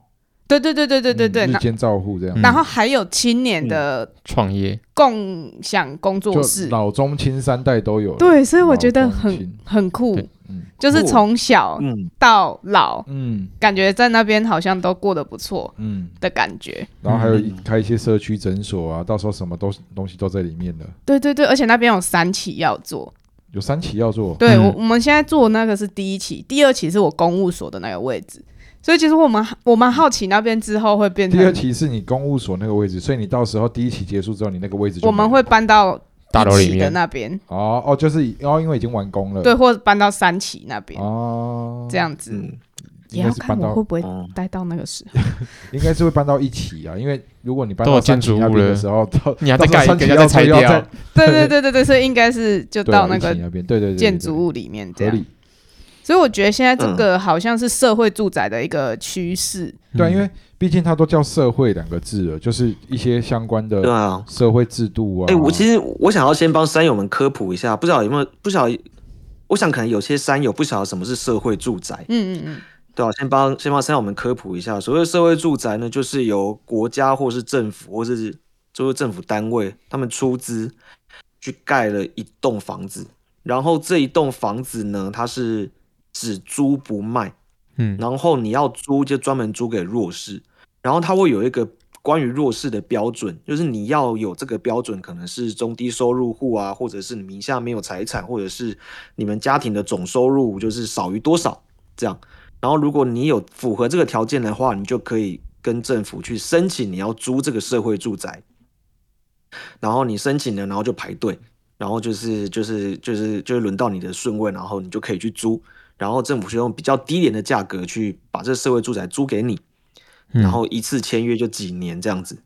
[SPEAKER 3] 对对对对对对对，
[SPEAKER 2] 嗯日
[SPEAKER 3] 然
[SPEAKER 2] 间照护这样，
[SPEAKER 3] 然后还有青年的
[SPEAKER 4] 创业，
[SPEAKER 3] 共享工作
[SPEAKER 2] 就
[SPEAKER 3] 室，
[SPEAKER 2] 老中青三代都有了，
[SPEAKER 3] 对，所以我觉得
[SPEAKER 2] 老中
[SPEAKER 3] 很
[SPEAKER 2] 青
[SPEAKER 3] 很酷
[SPEAKER 4] 对，
[SPEAKER 2] 嗯
[SPEAKER 3] 就是从小
[SPEAKER 1] 嗯，
[SPEAKER 3] 到老，
[SPEAKER 2] 嗯
[SPEAKER 3] 感觉在那边好像都过得不错
[SPEAKER 2] 嗯，
[SPEAKER 3] 的感觉。
[SPEAKER 2] 然后还有一
[SPEAKER 1] 嗯
[SPEAKER 2] 开一些社区诊所啊，到时候什么都东西都在里面了，
[SPEAKER 3] 对对对，而且那边有三期要做。
[SPEAKER 2] 有三期要做，
[SPEAKER 3] 对、
[SPEAKER 4] 嗯
[SPEAKER 3] 我，我们现在做的那个是第一期，第二期是我公务所的那个位置，所以其实我们我蛮好奇那边之后会变成
[SPEAKER 2] 第二期是你公务所那个位置，所以你到时候第一期结束之后，你那个位置就
[SPEAKER 3] 我们
[SPEAKER 2] 没了
[SPEAKER 3] 会搬到
[SPEAKER 4] 大楼
[SPEAKER 3] 一
[SPEAKER 4] 里
[SPEAKER 3] 期的
[SPEAKER 4] 面
[SPEAKER 3] 那边，
[SPEAKER 2] 哦哦，就是然后因为已经完工了，
[SPEAKER 3] 对，或者搬到三期那边、
[SPEAKER 2] 哦，
[SPEAKER 3] 这样子。
[SPEAKER 1] 嗯
[SPEAKER 3] 也
[SPEAKER 2] 应
[SPEAKER 3] 要
[SPEAKER 2] 该是
[SPEAKER 3] 看
[SPEAKER 2] 搬
[SPEAKER 3] 我
[SPEAKER 2] 到啊
[SPEAKER 3] 会不会
[SPEAKER 1] 哦，
[SPEAKER 3] 待到那个时候。
[SPEAKER 2] 应该是会搬到一起啊，因为如果你搬
[SPEAKER 4] 都有
[SPEAKER 2] 到三
[SPEAKER 4] 建筑
[SPEAKER 2] 期那
[SPEAKER 4] 物
[SPEAKER 2] 边
[SPEAKER 4] 了
[SPEAKER 2] 的时候，到
[SPEAKER 4] 你要再
[SPEAKER 2] 到
[SPEAKER 4] 盖
[SPEAKER 2] 时候
[SPEAKER 4] 一个，要再拆
[SPEAKER 2] 三期要再
[SPEAKER 4] 掉，
[SPEAKER 3] 对对对对对，所以应该是就
[SPEAKER 2] 对啊
[SPEAKER 3] 到那
[SPEAKER 2] 一
[SPEAKER 3] 个
[SPEAKER 2] 起那边，对对对对，对
[SPEAKER 3] 建筑物里面这
[SPEAKER 2] 合
[SPEAKER 3] 样。
[SPEAKER 2] 理，
[SPEAKER 3] 所以我觉得现在这个好像是社会住宅的一个趋势。
[SPEAKER 2] 对啊，
[SPEAKER 4] 嗯
[SPEAKER 2] 因为毕竟它都叫社会两个字了，就是一些相关
[SPEAKER 1] 对
[SPEAKER 2] 的
[SPEAKER 1] 啊。
[SPEAKER 2] 社会制度啊。
[SPEAKER 1] 哎、我其实我想要先帮山友们科普一下，不知道有没有不晓得，我想可能有些山友不晓得什么是社会住宅，
[SPEAKER 3] 嗯嗯嗯，
[SPEAKER 1] 对吧、啊先帮先帮山友们科普一下，所谓的社会住宅呢，就是由国家或是政府或是就是政府单位他们出资去盖了一栋房子，然后这一栋房子呢，它是只租不卖，
[SPEAKER 4] 嗯，
[SPEAKER 1] 然后你要租就专门租给弱势，然后它会有一个关于弱势的标准，就是你要有这个标准，可能是中低收入户啊，或者是你名下没有财产，或者是你们家庭的总收入就是少于多少这样。然后如果你有符合这个条件的话，你就可以跟政府去申请你要租这个社会住宅。然后你申请了，然后就排队，然后就是就是就是就是轮到你的顺位，然后你就可以去租。然后政府是用比较低廉的价格去把这社会住宅租给你，
[SPEAKER 4] 嗯
[SPEAKER 1] 然后一次签约就几年这样子。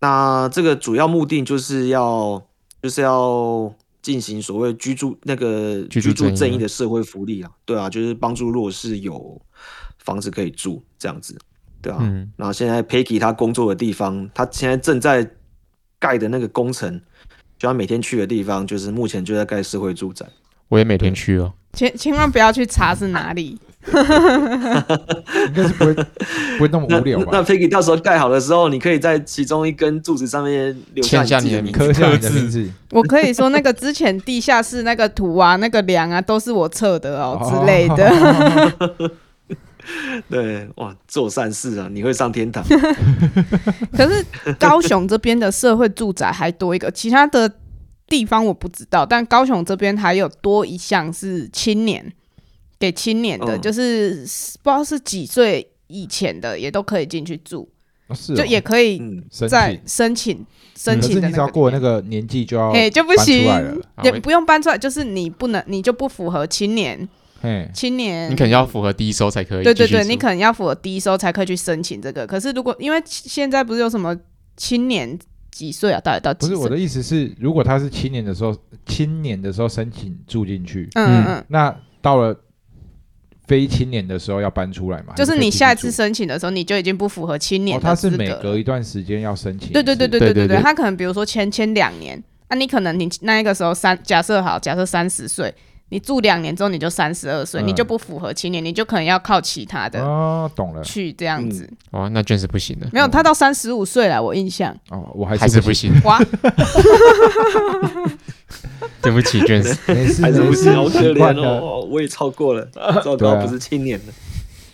[SPEAKER 1] 那这个主要目的就是要就是要进行所谓居住那个
[SPEAKER 4] 居
[SPEAKER 1] 居
[SPEAKER 4] 住正义
[SPEAKER 1] 住
[SPEAKER 4] 啊
[SPEAKER 1] 正义的社会福利啊，对啊，就是帮助弱势有房子可以住这样子，对啊。
[SPEAKER 4] 嗯，
[SPEAKER 1] 然后现在 Peggy 他工作的地方，他现在正在盖的那个工程，就他每天去的地方，就是目前就在盖社会住宅。
[SPEAKER 4] 我也每天去哦，
[SPEAKER 3] 千千万不要去查是哪里。
[SPEAKER 2] 应该是不会不会那么
[SPEAKER 1] 那
[SPEAKER 2] 无聊
[SPEAKER 1] 那
[SPEAKER 2] 吧？
[SPEAKER 1] Peggy 到时候盖好的时候，你可以在其中一根柱子上面留下
[SPEAKER 4] 签下
[SPEAKER 1] 你自己的
[SPEAKER 4] 你
[SPEAKER 1] 名
[SPEAKER 4] 的
[SPEAKER 1] 字。
[SPEAKER 2] 刻下你的名字，
[SPEAKER 3] 我可以说那个之前地下室那个图啊，那个梁啊，都是我测的哦
[SPEAKER 2] 哦
[SPEAKER 3] 之类的。
[SPEAKER 1] 对，哇，做善事啊，你会上 天堂。
[SPEAKER 3] 可是高雄这边的社会住宅还多一个，其他的地方我不知道，但高雄这边还有多一项是青年，给青年的，
[SPEAKER 1] 嗯
[SPEAKER 3] 就是不知道是几岁以前的也都可以进去住，
[SPEAKER 2] 哦是哦
[SPEAKER 3] 就也可以
[SPEAKER 1] 嗯，
[SPEAKER 2] 申
[SPEAKER 3] 在
[SPEAKER 2] 请，
[SPEAKER 3] 申请申
[SPEAKER 2] 嗯可
[SPEAKER 3] 请
[SPEAKER 2] 是
[SPEAKER 3] 的
[SPEAKER 2] 你
[SPEAKER 3] 那
[SPEAKER 2] 只要
[SPEAKER 3] 个
[SPEAKER 2] 过
[SPEAKER 3] 里
[SPEAKER 2] 了那
[SPEAKER 3] 面。
[SPEAKER 2] 个年纪就要
[SPEAKER 3] 嘿，就不
[SPEAKER 2] 搬
[SPEAKER 3] 行
[SPEAKER 2] 出来了，
[SPEAKER 4] 啊
[SPEAKER 3] 也
[SPEAKER 4] 我
[SPEAKER 3] 不用搬出来，就是你不能，你就不符合青年，
[SPEAKER 2] 嘿，
[SPEAKER 3] 青年，
[SPEAKER 4] 你可能要符合低收才可以
[SPEAKER 3] 对
[SPEAKER 4] 继续住，
[SPEAKER 3] 对对，你可能要符合低收才可以去申请这个。可是如果因为现在不是有什么青年几岁啊，到底到
[SPEAKER 2] 不
[SPEAKER 3] 几
[SPEAKER 2] 是
[SPEAKER 3] 岁？
[SPEAKER 2] 我的意思是，如果他是青年的时候，青年的时候申请住进去，
[SPEAKER 3] 嗯嗯
[SPEAKER 4] 嗯
[SPEAKER 3] 嗯，
[SPEAKER 2] 那到了非青年的时候要搬出来嘛？还
[SPEAKER 3] 就是
[SPEAKER 2] 可以
[SPEAKER 3] 你
[SPEAKER 2] 继续
[SPEAKER 3] 下次
[SPEAKER 2] 住
[SPEAKER 3] 申请的时候，你就已经不符合青年
[SPEAKER 2] 哦，他
[SPEAKER 3] 的资
[SPEAKER 2] 是
[SPEAKER 3] 格
[SPEAKER 2] 每
[SPEAKER 3] 了。
[SPEAKER 2] 隔一段时间要申请一次，
[SPEAKER 3] 对对对对对
[SPEAKER 4] 对
[SPEAKER 3] 对
[SPEAKER 4] 对
[SPEAKER 3] 对，
[SPEAKER 4] 对
[SPEAKER 3] 他可能比如说签签两年，啊，你可能你那个时候三，假设好，假设三十岁，你住两年之后你就三十二岁，
[SPEAKER 2] 嗯
[SPEAKER 3] 你就不符合青年，你就可能要靠其他的
[SPEAKER 2] 哦，嗯懂了
[SPEAKER 3] 去这样子。
[SPEAKER 4] 哇，那卷是不行的，
[SPEAKER 3] 没有，他到三十五岁了，我印象。
[SPEAKER 2] 哦，我还
[SPEAKER 4] 还是
[SPEAKER 2] 是不
[SPEAKER 4] 不行，
[SPEAKER 3] 哇，
[SPEAKER 4] 对不起，卷
[SPEAKER 2] 行，没事
[SPEAKER 1] 还是
[SPEAKER 2] 没
[SPEAKER 1] 不
[SPEAKER 2] 事
[SPEAKER 1] 行，好，可
[SPEAKER 2] 习惯
[SPEAKER 1] 怜
[SPEAKER 2] 了。
[SPEAKER 1] 哦。我也超过 了，糟
[SPEAKER 2] 对
[SPEAKER 1] 糕，
[SPEAKER 2] 啊
[SPEAKER 1] 不是青年了。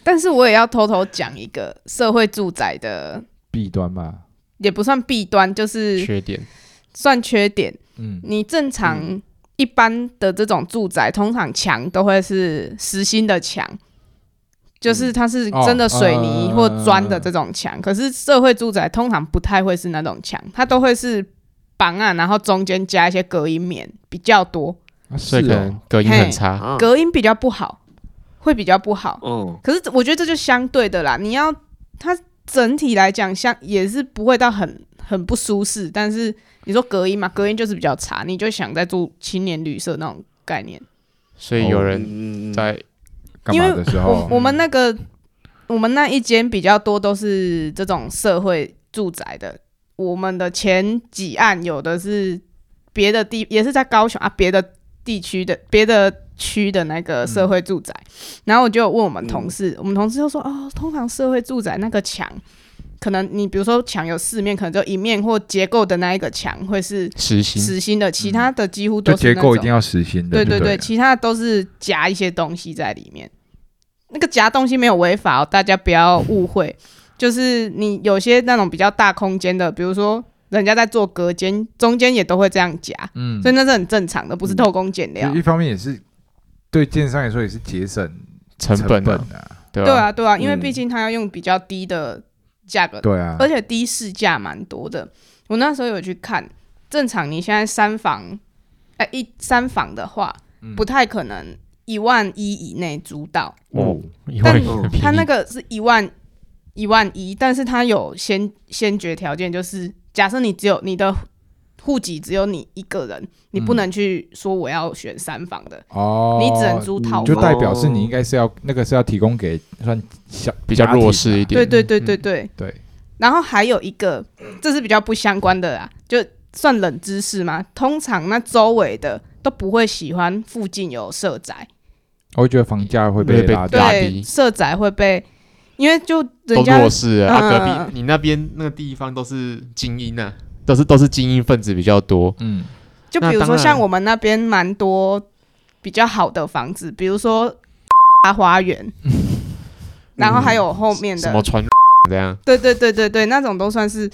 [SPEAKER 3] 但是我也要偷偷讲一个社会住宅的，
[SPEAKER 2] 弊端嘛，
[SPEAKER 3] 也不算弊端，就是
[SPEAKER 4] 缺点，
[SPEAKER 3] 算缺点。
[SPEAKER 2] 嗯，
[SPEAKER 3] 你正常、一般的这种住宅，通常墙都会是实心的墙，就是它是真的水泥
[SPEAKER 2] 哦
[SPEAKER 3] 或砖的这种墙。可是社会住宅通常不太会是那种墙，它都会是板啊，然后中间加一些隔音棉比较多，
[SPEAKER 2] 啊是
[SPEAKER 4] 所以可能
[SPEAKER 2] 哦，
[SPEAKER 4] 隔音
[SPEAKER 3] 嘿
[SPEAKER 4] 很差，
[SPEAKER 1] 啊，
[SPEAKER 3] 隔音比较不好，会比较不好。
[SPEAKER 1] 嗯，
[SPEAKER 3] 可是我觉得这就相对的啦，你要它整体来讲，像也是不会到很很不舒适，但是你说隔音嘛，隔音就是比较差，你就想再住青年旅社那种概念。
[SPEAKER 4] 所以有人
[SPEAKER 3] 哦
[SPEAKER 1] 嗯，
[SPEAKER 4] 在
[SPEAKER 2] 干
[SPEAKER 3] 因
[SPEAKER 2] 嘛
[SPEAKER 3] 为
[SPEAKER 2] 的时
[SPEAKER 3] 我
[SPEAKER 2] 候，
[SPEAKER 3] 我们那个我们那一间比较多都是这种社会住宅的，我们的前几案有的是别的地，也是在高雄啊，别的地区的别的区的那个社会住宅，
[SPEAKER 2] 嗯
[SPEAKER 3] 然后我就问我们同事，我们同事就说哦，通常社会住宅那个墙，可能你比如说墙有四面，可能就一面或结构的那一个墙会是
[SPEAKER 4] 实心
[SPEAKER 3] 实心的，其他的几乎
[SPEAKER 2] 就
[SPEAKER 3] 都是
[SPEAKER 2] 结
[SPEAKER 3] 那种
[SPEAKER 2] 构一定要实心的，
[SPEAKER 3] 对
[SPEAKER 2] 对
[SPEAKER 3] 对对，
[SPEAKER 2] 了
[SPEAKER 3] 其他的都是夹一些东西在里面。那个夹东西没有违法哦，大家不要误会。就是你有些那种比较大空间的，比如说人家在做隔间，中间也都会这样夹，
[SPEAKER 2] 嗯
[SPEAKER 3] 所，以那是很正常的，不是偷工减料。
[SPEAKER 2] 一方面也是对建商来说也是节省
[SPEAKER 4] 成本
[SPEAKER 2] 本
[SPEAKER 4] 啊，
[SPEAKER 2] 啊，
[SPEAKER 4] 对
[SPEAKER 3] 对
[SPEAKER 4] 吧？
[SPEAKER 3] 啊，对啊，因为
[SPEAKER 1] 嗯
[SPEAKER 3] 毕竟他要用比较低的价格
[SPEAKER 2] 对啊，
[SPEAKER 3] 而且低市价蛮多的。我那时候有去看，正常你现在三房，哎、一三房的话，
[SPEAKER 2] 嗯
[SPEAKER 3] 不太可能一万一以内租到。
[SPEAKER 2] 哦，
[SPEAKER 4] 因
[SPEAKER 3] 但
[SPEAKER 4] 为很便宜
[SPEAKER 3] 他那个是一万一万一，但是他有先先决条件，就是假设你只有你的户籍只有你一个人，你不
[SPEAKER 2] 嗯
[SPEAKER 3] 能去说我要选三房
[SPEAKER 4] 嗯
[SPEAKER 3] 的，
[SPEAKER 2] 哦，
[SPEAKER 3] 你只能租套
[SPEAKER 2] 就
[SPEAKER 3] 房。
[SPEAKER 2] 代表是你应该是要那个是要提供给算小
[SPEAKER 4] 比较
[SPEAKER 2] 家庭
[SPEAKER 4] 弱
[SPEAKER 2] 啊
[SPEAKER 4] 势一点
[SPEAKER 3] 对对对对
[SPEAKER 4] 嗯
[SPEAKER 3] 对，
[SPEAKER 2] 对，
[SPEAKER 3] 然后还有一个，这是比较不相关的啦，就算冷知识嘛。通常那周围的都不会喜欢附近有社宅，
[SPEAKER 2] 我会觉得房价会
[SPEAKER 4] 会
[SPEAKER 2] 被
[SPEAKER 4] 被
[SPEAKER 2] 拉
[SPEAKER 4] 打
[SPEAKER 2] 低，
[SPEAKER 3] 对，
[SPEAKER 4] 低
[SPEAKER 3] 社宅会被，因为就人
[SPEAKER 4] 都
[SPEAKER 3] 家
[SPEAKER 4] 弱势啊，啊
[SPEAKER 3] 嗯
[SPEAKER 4] 隔壁你那边那个地方都是精英啊，都是都是精英分子比较多，
[SPEAKER 2] 嗯，
[SPEAKER 3] 就
[SPEAKER 4] 那
[SPEAKER 3] 比如
[SPEAKER 4] 当
[SPEAKER 3] 说
[SPEAKER 4] 然
[SPEAKER 3] 像我们那边蛮多比较好的房子，比如说 大花园，然后还有后面
[SPEAKER 4] 嗯什
[SPEAKER 3] 的，
[SPEAKER 4] 么传这样，
[SPEAKER 3] 对对对对对，那种都算是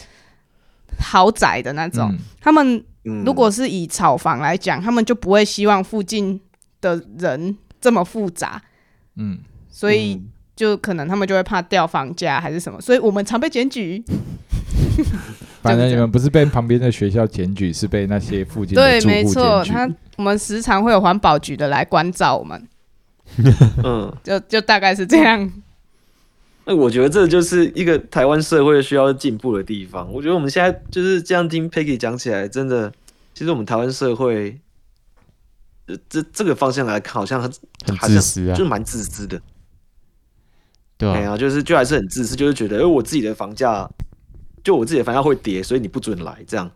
[SPEAKER 3] 豪宅的那种，
[SPEAKER 2] 嗯
[SPEAKER 3] 他们
[SPEAKER 1] 嗯
[SPEAKER 3] 如果是以炒房来讲，他们就不会希望附近的人这么复杂，
[SPEAKER 2] 嗯，
[SPEAKER 3] 所以
[SPEAKER 1] 嗯
[SPEAKER 3] 就可能他们就会怕掉房价还是什么，所以我们常被检举。
[SPEAKER 4] 嗯
[SPEAKER 2] 反正你
[SPEAKER 3] 这
[SPEAKER 2] 们不是被旁边的学校检举，是被那些附近的
[SPEAKER 3] 对，
[SPEAKER 2] 住户
[SPEAKER 3] 没
[SPEAKER 2] 检举。
[SPEAKER 3] 错，他我们时常会有环保局的来关照我们，
[SPEAKER 1] 嗯，
[SPEAKER 3] 就就大概是这样。
[SPEAKER 4] 嗯
[SPEAKER 1] 那我觉得这就是一个台湾社会需要进步的地方。我觉得我们现在就是这样听 Peggy 讲起来，真的，其实我们台湾社会，呃这这个方向来看，好像很
[SPEAKER 4] 很
[SPEAKER 1] 好
[SPEAKER 4] 自
[SPEAKER 1] 像
[SPEAKER 4] 私啊
[SPEAKER 1] 就是，蛮自私的。
[SPEAKER 4] 对
[SPEAKER 1] 哎
[SPEAKER 4] 吧？
[SPEAKER 1] 呀、就是就还是很自私，就是觉得，哎，我自己的房价，就我自己的房价会跌，所以你不准来这样。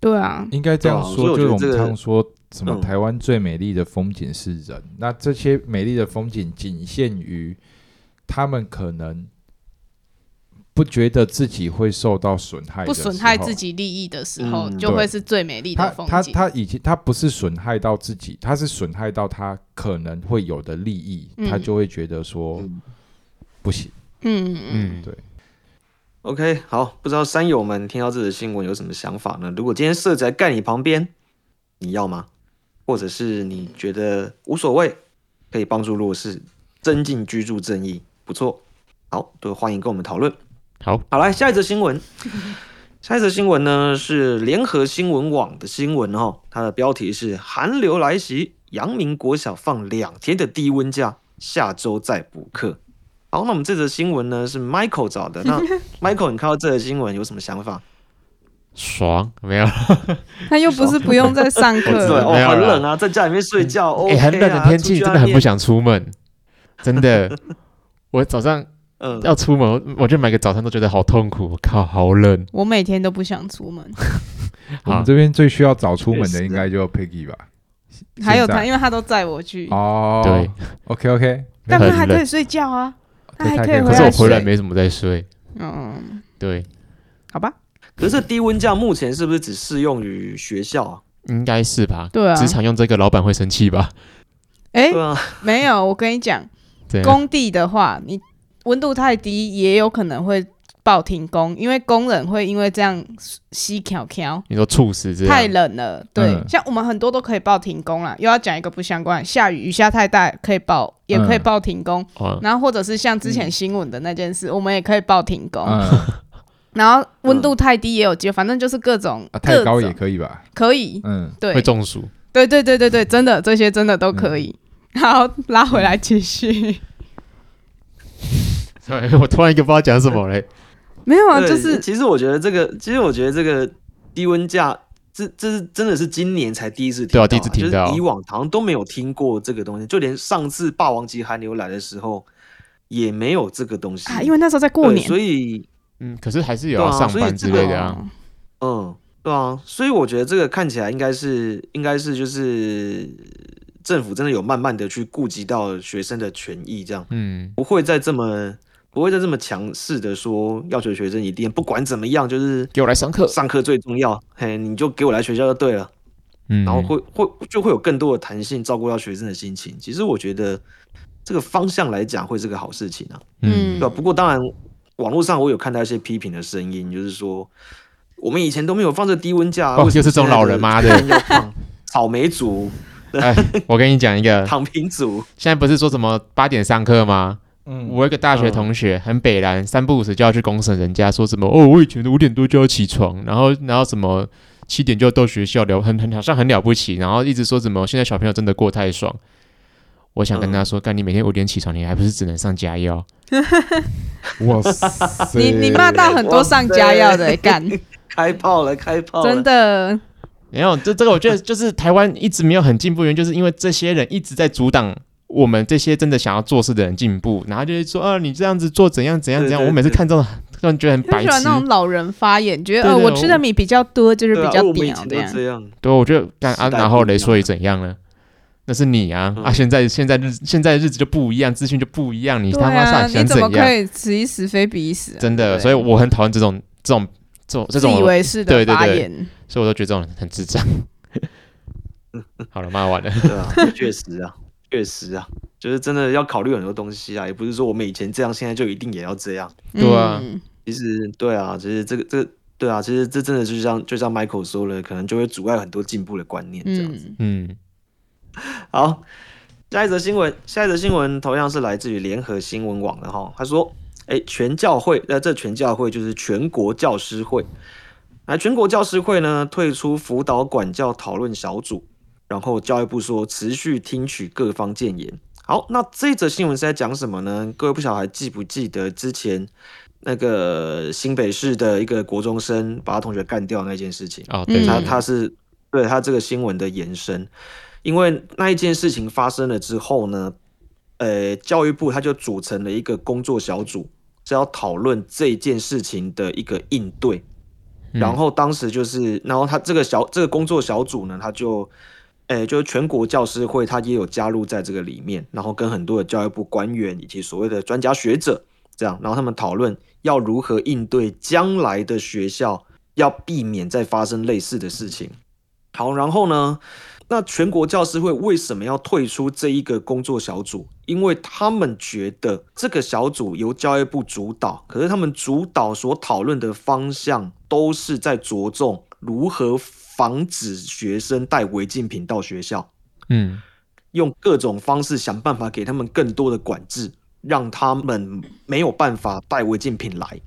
[SPEAKER 3] 对啊，
[SPEAKER 2] 应该这样
[SPEAKER 1] 对啊
[SPEAKER 2] 说，
[SPEAKER 1] 所
[SPEAKER 2] 就
[SPEAKER 1] 以
[SPEAKER 2] 是我
[SPEAKER 1] 我觉得
[SPEAKER 2] 们
[SPEAKER 1] 这个
[SPEAKER 2] 常说什么
[SPEAKER 1] 嗯
[SPEAKER 2] 台湾最美丽的风景是人，那这些美丽的风景仅限于他们可能不觉得自己会受到损害，
[SPEAKER 3] 不损害自。己利益的时候，
[SPEAKER 1] 嗯
[SPEAKER 3] 就会是最美丽
[SPEAKER 2] 他
[SPEAKER 3] 的风
[SPEAKER 2] 他
[SPEAKER 3] 景。
[SPEAKER 2] 他已经他不是损害到自己，他是损害到他可能会有的利益，
[SPEAKER 3] 嗯
[SPEAKER 2] 他就会觉得说
[SPEAKER 1] 嗯
[SPEAKER 2] 不行。
[SPEAKER 3] 嗯嗯，
[SPEAKER 4] 嗯，
[SPEAKER 2] 对
[SPEAKER 1] OK，好，不知道山友们听到这则新闻有什么想法呢？如果今天社宅盖你旁边，你要吗？或者是你觉得无所谓，可以帮助弱势，增进居住正义，不错。好，都欢迎跟我们讨论。
[SPEAKER 4] 好，
[SPEAKER 1] 好来，下一则新闻。 下一则新闻呢是联合新闻网的新闻哦，它的标题是“寒流来袭，阳明国小放两天的低温假，下周再补课”。好，那我们这则新闻呢是 Michael 找的。那 Michael，你看到这则新闻有什么想法？
[SPEAKER 4] 爽没有？
[SPEAKER 3] 他又不是不用再上
[SPEAKER 1] 对，
[SPEAKER 3] 课
[SPEAKER 1] 哦，
[SPEAKER 4] 没有啦
[SPEAKER 1] 很冷啊，在家里面睡觉，哦、
[SPEAKER 4] 哎，很冷的天气，
[SPEAKER 1] 出去
[SPEAKER 4] 真
[SPEAKER 1] 外
[SPEAKER 4] 的很不
[SPEAKER 1] 面。
[SPEAKER 4] 想出门，真 的。我早上
[SPEAKER 1] 嗯，
[SPEAKER 4] 要出门，我就买个早餐都觉得好痛苦，我靠，好冷。
[SPEAKER 3] 我每天都不想出门，
[SPEAKER 2] 我们
[SPEAKER 4] 好
[SPEAKER 2] 这边最需要早出门
[SPEAKER 1] 确
[SPEAKER 2] 的
[SPEAKER 1] 实啊
[SPEAKER 2] 应该就 Peggy 吧。
[SPEAKER 3] 还有
[SPEAKER 2] 现在
[SPEAKER 3] 他，因为他都载我去，
[SPEAKER 2] 哦，
[SPEAKER 4] 对，
[SPEAKER 2] ，OK OK，
[SPEAKER 3] 但他
[SPEAKER 4] 很
[SPEAKER 3] 还可以
[SPEAKER 4] 冷哦
[SPEAKER 3] 睡觉啊，他还
[SPEAKER 2] 对
[SPEAKER 3] 可以
[SPEAKER 2] 他
[SPEAKER 4] 可
[SPEAKER 2] 还
[SPEAKER 4] 是
[SPEAKER 3] 来
[SPEAKER 4] 我
[SPEAKER 3] 睡。
[SPEAKER 4] 回来没什么在睡。
[SPEAKER 3] 嗯，
[SPEAKER 4] 对，
[SPEAKER 3] 好吧，
[SPEAKER 1] 可是这低温假目前是不是只适用于学校啊？
[SPEAKER 4] 应该是吧？
[SPEAKER 3] 对啊
[SPEAKER 4] 职场用这个，老板会生气吧？
[SPEAKER 3] 哎、
[SPEAKER 1] 对啊，
[SPEAKER 3] 没有，我跟你讲，
[SPEAKER 4] 对，啊
[SPEAKER 3] 工地的话，你温度太低也有可能会报停工，因为工人会因为这样吸翘翘。
[SPEAKER 4] 你说猝死这样，
[SPEAKER 3] 太冷了，对，
[SPEAKER 2] 啊嗯
[SPEAKER 3] 像我们很多都可以报停工啦。啊又要讲一个不相关，下雨雨下太大可以报，也可以
[SPEAKER 2] 嗯
[SPEAKER 3] 报停工。
[SPEAKER 4] 哦，
[SPEAKER 3] 然后或者是像之前新闻的那件事，我们也可以报停工。
[SPEAKER 2] 嗯，
[SPEAKER 3] 然后温度太低也有接，反正就是各种、
[SPEAKER 2] 啊
[SPEAKER 3] 各
[SPEAKER 2] 太
[SPEAKER 3] 种
[SPEAKER 2] 高也可以 吧？
[SPEAKER 3] 可以，
[SPEAKER 2] 嗯，
[SPEAKER 4] 会
[SPEAKER 3] 对
[SPEAKER 4] 中暑。
[SPEAKER 3] 对对对对对，真的这些真的都可以。
[SPEAKER 2] 嗯
[SPEAKER 3] 好，拉回来继续。
[SPEAKER 4] 对， 我突然一个不知道讲什 么嘞。
[SPEAKER 3] 没有 啊，
[SPEAKER 1] 对
[SPEAKER 3] 就是
[SPEAKER 1] 其实我觉得这个，其实我觉得这个低温假，这这是真的是今年才第一次听
[SPEAKER 4] 对
[SPEAKER 1] 到、
[SPEAKER 4] 啊第一次听到
[SPEAKER 1] 就是以往好像都没有听过这个东西，就连上次霸王级寒流来的时候也没有这个东西
[SPEAKER 3] 啊，因为那时候在过
[SPEAKER 1] 对
[SPEAKER 3] 年，
[SPEAKER 1] 所以
[SPEAKER 4] 嗯，可是还是有要
[SPEAKER 1] 对啊
[SPEAKER 4] 上
[SPEAKER 1] 所以
[SPEAKER 4] 班之类的啊。
[SPEAKER 3] 哦
[SPEAKER 1] 嗯，对啊，所以我觉得这个看起来应该是应该是就是政府真的有慢慢的去顾及到学生的权益，这样
[SPEAKER 4] 嗯，
[SPEAKER 1] 不会再这么不会再这么强势的说要求学生一定不管怎么样，就是
[SPEAKER 4] 给我来上课，
[SPEAKER 1] 上课最重要，嘿，你就给我来学校就对了。
[SPEAKER 4] 嗯，
[SPEAKER 1] 然后会会就会有更多的弹性，照顾到学生的心情。其实我觉得这个方向来讲会是个好事情啊，
[SPEAKER 3] 嗯
[SPEAKER 1] 对吧、不过当然，网络上我有看到一些批评的声音，就是说我们以前都没有放这低温假啊，
[SPEAKER 4] 哦
[SPEAKER 1] 为什么
[SPEAKER 4] 又是这种
[SPEAKER 1] 现在
[SPEAKER 4] 老人妈 的
[SPEAKER 1] 人要放草莓 族、
[SPEAKER 4] 哎，我跟你讲一个，
[SPEAKER 1] 躺平族，
[SPEAKER 4] 现在不是说什么八点上课吗？
[SPEAKER 2] 嗯
[SPEAKER 4] 我有一个大学同
[SPEAKER 1] 嗯
[SPEAKER 4] 学很北蓝，三不五时就要去公审人家，说什么哦，我以前五点多就要起床，然后然后什么七点就要到学校了，很很好像很了不起，然后一直说什么现在小朋友真的过太爽。我想跟他
[SPEAKER 1] 嗯
[SPEAKER 4] 说，干你每天五点起床，你还不是只能上加药？
[SPEAKER 2] 哇塞，
[SPEAKER 3] 你你骂到很多上家药 的、干，
[SPEAKER 1] 开炮了，开炮了，
[SPEAKER 3] 真的，
[SPEAKER 4] 没有，这这个我觉得就是台湾一直没有很进步，原因就是因为这些人一直在阻挡我们这些真的想要做事的人进步，然后就是说啊，你这样子做怎样怎样怎样，
[SPEAKER 1] 对对
[SPEAKER 4] 我每次
[SPEAKER 1] 对
[SPEAKER 4] 看这种，让人觉得很
[SPEAKER 3] 很
[SPEAKER 4] 白
[SPEAKER 3] 喜欢
[SPEAKER 4] 痴
[SPEAKER 3] 那。种老人发言，觉得
[SPEAKER 4] 对
[SPEAKER 3] 呃
[SPEAKER 4] 对
[SPEAKER 3] 我吃的米比较多，就是
[SPEAKER 1] 对
[SPEAKER 3] 比
[SPEAKER 1] 啊，
[SPEAKER 3] 较
[SPEAKER 1] 我们以
[SPEAKER 3] 屌
[SPEAKER 1] 前都
[SPEAKER 3] 这样。
[SPEAKER 1] 这样，
[SPEAKER 4] 对，我觉得干啊，
[SPEAKER 1] 时代不一样
[SPEAKER 4] 然后雷说也怎样呢？那是你啊、
[SPEAKER 1] 嗯
[SPEAKER 4] 啊！现在现在日现在日子就不一样，资讯就不一样，你
[SPEAKER 3] 对
[SPEAKER 4] 他妈
[SPEAKER 3] 啊，
[SPEAKER 4] 想
[SPEAKER 3] 你
[SPEAKER 4] 想
[SPEAKER 3] 怎
[SPEAKER 4] 怎
[SPEAKER 3] 么
[SPEAKER 4] 样
[SPEAKER 3] 可？以此一时非彼一时啊？
[SPEAKER 4] 真的，
[SPEAKER 3] 对
[SPEAKER 4] 所以我很讨厌这种这种这种这
[SPEAKER 3] 自
[SPEAKER 4] 种
[SPEAKER 3] 以，为是的
[SPEAKER 4] 对对对
[SPEAKER 3] 发言，
[SPEAKER 4] 所以我都觉得这种人很智障。 好了，骂完了。
[SPEAKER 1] 对啊，确实啊，确实啊，就是真的要考虑很多东西啊，也不是说我们以前这样，现在就一定也要这样。
[SPEAKER 4] 对啊
[SPEAKER 3] 嗯
[SPEAKER 1] 其实对啊，其实这个这个对啊，其实这真的就像就像 Michael 说了，可能就会阻碍很多进步的观念这样子。
[SPEAKER 3] 嗯，
[SPEAKER 4] 嗯，
[SPEAKER 1] 好，下一则新闻，下一则新闻同样是来自于联合新闻网的哈，他说，哎，全教会，那、这全教会就是全国教师会，那全国教师会呢退出辅导管教讨论小组，然后教育部说持续听取各方建言。好，那这则新闻是在讲什么呢？各位不晓得还记不记得之前那个新北市的一个国中生把他同学干掉那件事情？
[SPEAKER 4] 哦，对，
[SPEAKER 3] 嗯
[SPEAKER 1] 他他是对他这个新闻的延伸，因为那一件事情发生了之后呢，呃，教育部他就组成了一个工作小组，是要讨论这件事情的一个应对。
[SPEAKER 4] 嗯
[SPEAKER 1] 然后当时就是，然后他这个小这个工作小组呢，他就，呃，就是全国教师会，他也有加入在这个里面，然后跟很多的教育部官员以及所谓的专家学者这样，然后他们讨论要如何应对将来的学校要避免再发生类似的事情。好，然后呢，那全国教师会为什么要退出这一个工作小组？因为他们觉得这个小组由教育部主导，可是他们主导所讨论的方向都是在着重如何防止学生带违禁品到学校，
[SPEAKER 4] 嗯
[SPEAKER 1] 用各种方式想办法给他们更多的管制，让他们没有办法带违禁品来。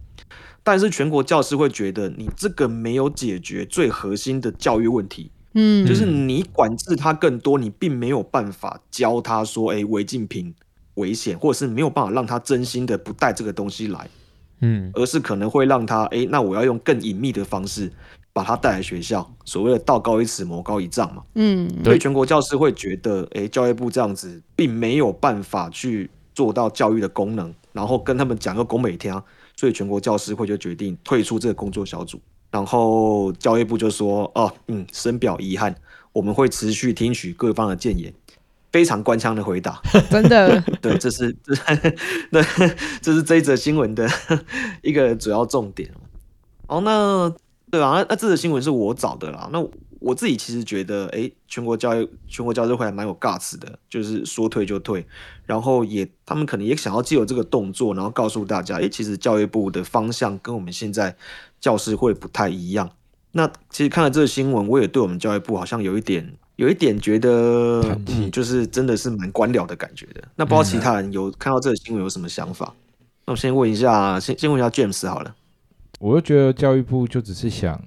[SPEAKER 1] 但是全国教师会觉得你这个没有解决最核心的教育问题，
[SPEAKER 3] 嗯，
[SPEAKER 1] 就是你管制他更多，你并没有办法教他说，哎、违禁品危险，或者是没有办法让他真心的不带这个东西来，
[SPEAKER 4] 嗯
[SPEAKER 1] 而是可能会让他，哎、那我要用更隐秘的方式把他带来学校，所谓的道高一尺，魔高一丈嘛。
[SPEAKER 3] 嗯，
[SPEAKER 1] 所以全国教师会觉得，哎、教育部这样子并没有办法去做到教育的功能，然后跟他们讲个拱北天，啊所以全国教师会就决定退出这个工作小组。然后教育部就说，哦，嗯，深表遗憾，我们会持续听取各方的建言。非常官腔的回答，
[SPEAKER 3] 真的，
[SPEAKER 1] 对，这是这是对，这是这一则新闻的 一个主要重点。哦，那对啊，那那这则新闻是我找的啦。那我自己其实觉得，诶，全国教育全国教育会还蛮有 guts 的，就是说退就退，然后也他们可能也想要借由这个动作，然后告诉大家，诶，其实教育部的方向跟我们现在教师会不太一样。那其实看了这个新闻，我也对我们教育部好像有一点，有一点觉得
[SPEAKER 2] 叹，气
[SPEAKER 1] 嗯，就是真的是蛮官僚的感觉的。那不知道其他人有看到这个新闻有什么想法？那我先问一下，先先问一下 James 好了。
[SPEAKER 2] 我就觉得教育部就只是想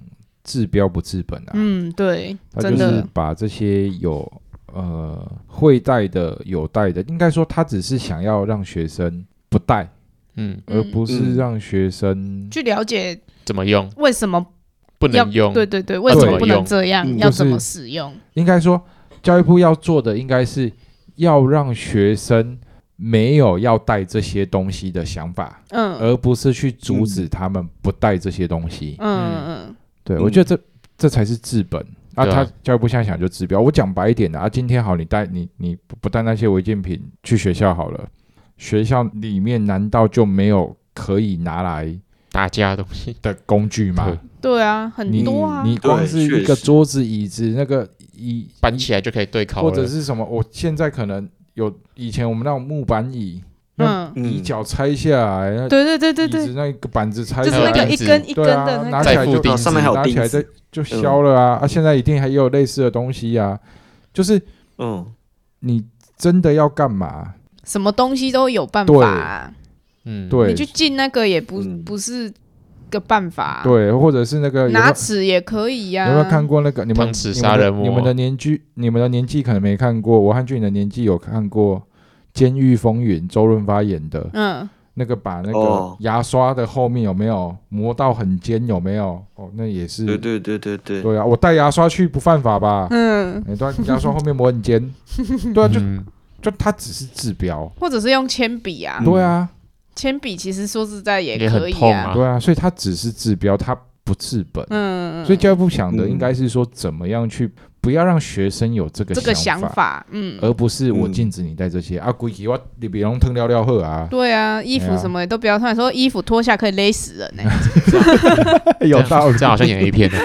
[SPEAKER 2] 治标不治本啊，
[SPEAKER 3] 嗯，对，
[SPEAKER 2] 他就
[SPEAKER 3] 真
[SPEAKER 2] 是
[SPEAKER 3] 的，
[SPEAKER 2] 把这些有呃会带的、有带的，应该说他只是想要让学生不带，
[SPEAKER 4] 嗯，
[SPEAKER 2] 而
[SPEAKER 3] 嗯
[SPEAKER 2] 不是让学生
[SPEAKER 3] 去了解
[SPEAKER 4] 怎么用？
[SPEAKER 3] 为什么
[SPEAKER 4] 不
[SPEAKER 3] 要
[SPEAKER 4] 能用？
[SPEAKER 3] 对对对，为什么
[SPEAKER 2] 对
[SPEAKER 3] 不能这样？
[SPEAKER 1] 嗯
[SPEAKER 3] 要
[SPEAKER 2] 就是
[SPEAKER 3] 怎么使用？
[SPEAKER 2] 应该说，教育部要做的应该是要让学生没有要带这些东西的想法，
[SPEAKER 3] 嗯
[SPEAKER 2] 而不是去阻止他们不带这些东西。
[SPEAKER 3] 嗯嗯
[SPEAKER 2] 对
[SPEAKER 1] 嗯
[SPEAKER 2] 我觉得这这才是治本，那
[SPEAKER 4] 对
[SPEAKER 2] 他
[SPEAKER 4] 啊
[SPEAKER 2] 教育部现在想就治标。我讲白一点的啊，今天好，你带你你不不带那些违禁品去学校好了，学校里面难道就没有可以拿来
[SPEAKER 4] 打架的东西，
[SPEAKER 2] 的工具吗
[SPEAKER 4] 对？
[SPEAKER 3] 对啊，很
[SPEAKER 2] 你
[SPEAKER 3] 多啊，
[SPEAKER 2] 你
[SPEAKER 1] 对
[SPEAKER 2] 光是一
[SPEAKER 1] 确
[SPEAKER 2] 个
[SPEAKER 1] 实
[SPEAKER 2] 桌子、椅子，那个椅
[SPEAKER 4] 搬起来就可以对考
[SPEAKER 2] 或者
[SPEAKER 4] 了。
[SPEAKER 2] 是什么，我现在可能有以前我们那种木板椅，那
[SPEAKER 3] 嗯，
[SPEAKER 2] 椅脚拆下来，那
[SPEAKER 3] 对对对对
[SPEAKER 2] 椅子
[SPEAKER 3] 对，
[SPEAKER 2] 那个板子拆
[SPEAKER 3] 就
[SPEAKER 2] 下
[SPEAKER 3] 是
[SPEAKER 2] 来，
[SPEAKER 3] 那个
[SPEAKER 4] 还有
[SPEAKER 3] 一
[SPEAKER 4] 钉子
[SPEAKER 3] 根一
[SPEAKER 2] 对
[SPEAKER 3] 根的
[SPEAKER 2] 啊，
[SPEAKER 3] 那
[SPEAKER 2] 拿起
[SPEAKER 3] 个，
[SPEAKER 2] 来
[SPEAKER 4] 再
[SPEAKER 2] 就
[SPEAKER 4] 固定
[SPEAKER 1] 上面还有
[SPEAKER 2] 拿起来
[SPEAKER 1] 钉子
[SPEAKER 2] 就就消了啊！啊，现在一定还有类似的东西啊，就是
[SPEAKER 1] 嗯，
[SPEAKER 2] 你真的要干嘛？
[SPEAKER 3] 什么东西都有办
[SPEAKER 2] 对
[SPEAKER 3] 法啊，
[SPEAKER 4] 嗯，
[SPEAKER 2] 对
[SPEAKER 3] 你去进那个也不
[SPEAKER 1] 嗯
[SPEAKER 3] 不是个办法，，啊
[SPEAKER 2] 对，或者是那个有没有
[SPEAKER 3] 拿尺也可以啊呀，
[SPEAKER 2] 有没有看过那个你们
[SPEAKER 4] 汤匙
[SPEAKER 2] 你们
[SPEAKER 4] 杀
[SPEAKER 2] 的
[SPEAKER 4] 人魔
[SPEAKER 2] 你们的年纪，你们的年纪可能没看过，我和俊的年纪有看过《监狱风云》，周润发演的
[SPEAKER 3] 嗯，
[SPEAKER 2] 那个，把那个
[SPEAKER 1] 哦
[SPEAKER 2] 牙刷的后面有没有磨到很尖？有没有？哦，那也是
[SPEAKER 1] 对对对对对，
[SPEAKER 2] 对啊，我带牙刷去不犯 法吧？
[SPEAKER 3] 嗯，
[SPEAKER 2] 你对，啊牙刷后面磨很尖，对啊，就
[SPEAKER 4] 嗯
[SPEAKER 2] 就它只是治标，
[SPEAKER 3] 或者是用铅笔啊
[SPEAKER 1] 嗯，
[SPEAKER 2] 对啊，
[SPEAKER 3] 铅笔其实说实在也
[SPEAKER 4] 也
[SPEAKER 3] 可
[SPEAKER 4] 很
[SPEAKER 3] 以
[SPEAKER 4] 痛啊，
[SPEAKER 2] 对啊，所以它只是治标，它不治本。
[SPEAKER 3] 嗯，
[SPEAKER 2] 所以教育部想的
[SPEAKER 1] 嗯
[SPEAKER 2] 应该是说，怎么样去不要让学生有这个
[SPEAKER 3] 这个想
[SPEAKER 2] 法，
[SPEAKER 3] 法，嗯，
[SPEAKER 2] 而不是我
[SPEAKER 1] 嗯
[SPEAKER 2] 禁止你带这些、啊，规矩我你别用吞料料喝啊，
[SPEAKER 3] 对啊，衣服
[SPEAKER 2] 对啊
[SPEAKER 3] 什么也都不要穿，说衣服脱下可以勒死人欸 呢、
[SPEAKER 2] 有道理
[SPEAKER 4] 这。样好像 演 A 片的，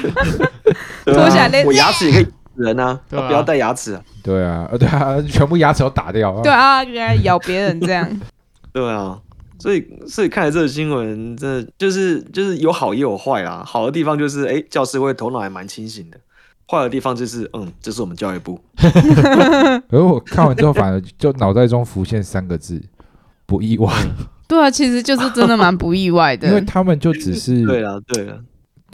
[SPEAKER 1] 对
[SPEAKER 3] 脱下来啊
[SPEAKER 1] 我牙齿也可以死人啊，
[SPEAKER 4] 对啊
[SPEAKER 1] 不要带牙齿啊，
[SPEAKER 2] 对啊，呃对啊，全部牙齿都打掉啊。
[SPEAKER 3] 对啊，原来咬别人 这样，
[SPEAKER 1] 对啊。所以，所以看来这个新闻，真的就是就是有好也有坏啦。好的地方就是，哎、教师会头脑还蛮清醒的；坏的地方就是，嗯，这是我们教育部。
[SPEAKER 2] 而我看完之后，反而就脑袋中浮现三个字：不意外，
[SPEAKER 3] 对啊，其实就是真的蛮不意外
[SPEAKER 2] 因 为
[SPEAKER 3] 的，
[SPEAKER 2] 他们就只
[SPEAKER 1] 对
[SPEAKER 2] 是
[SPEAKER 1] 啦，对啦，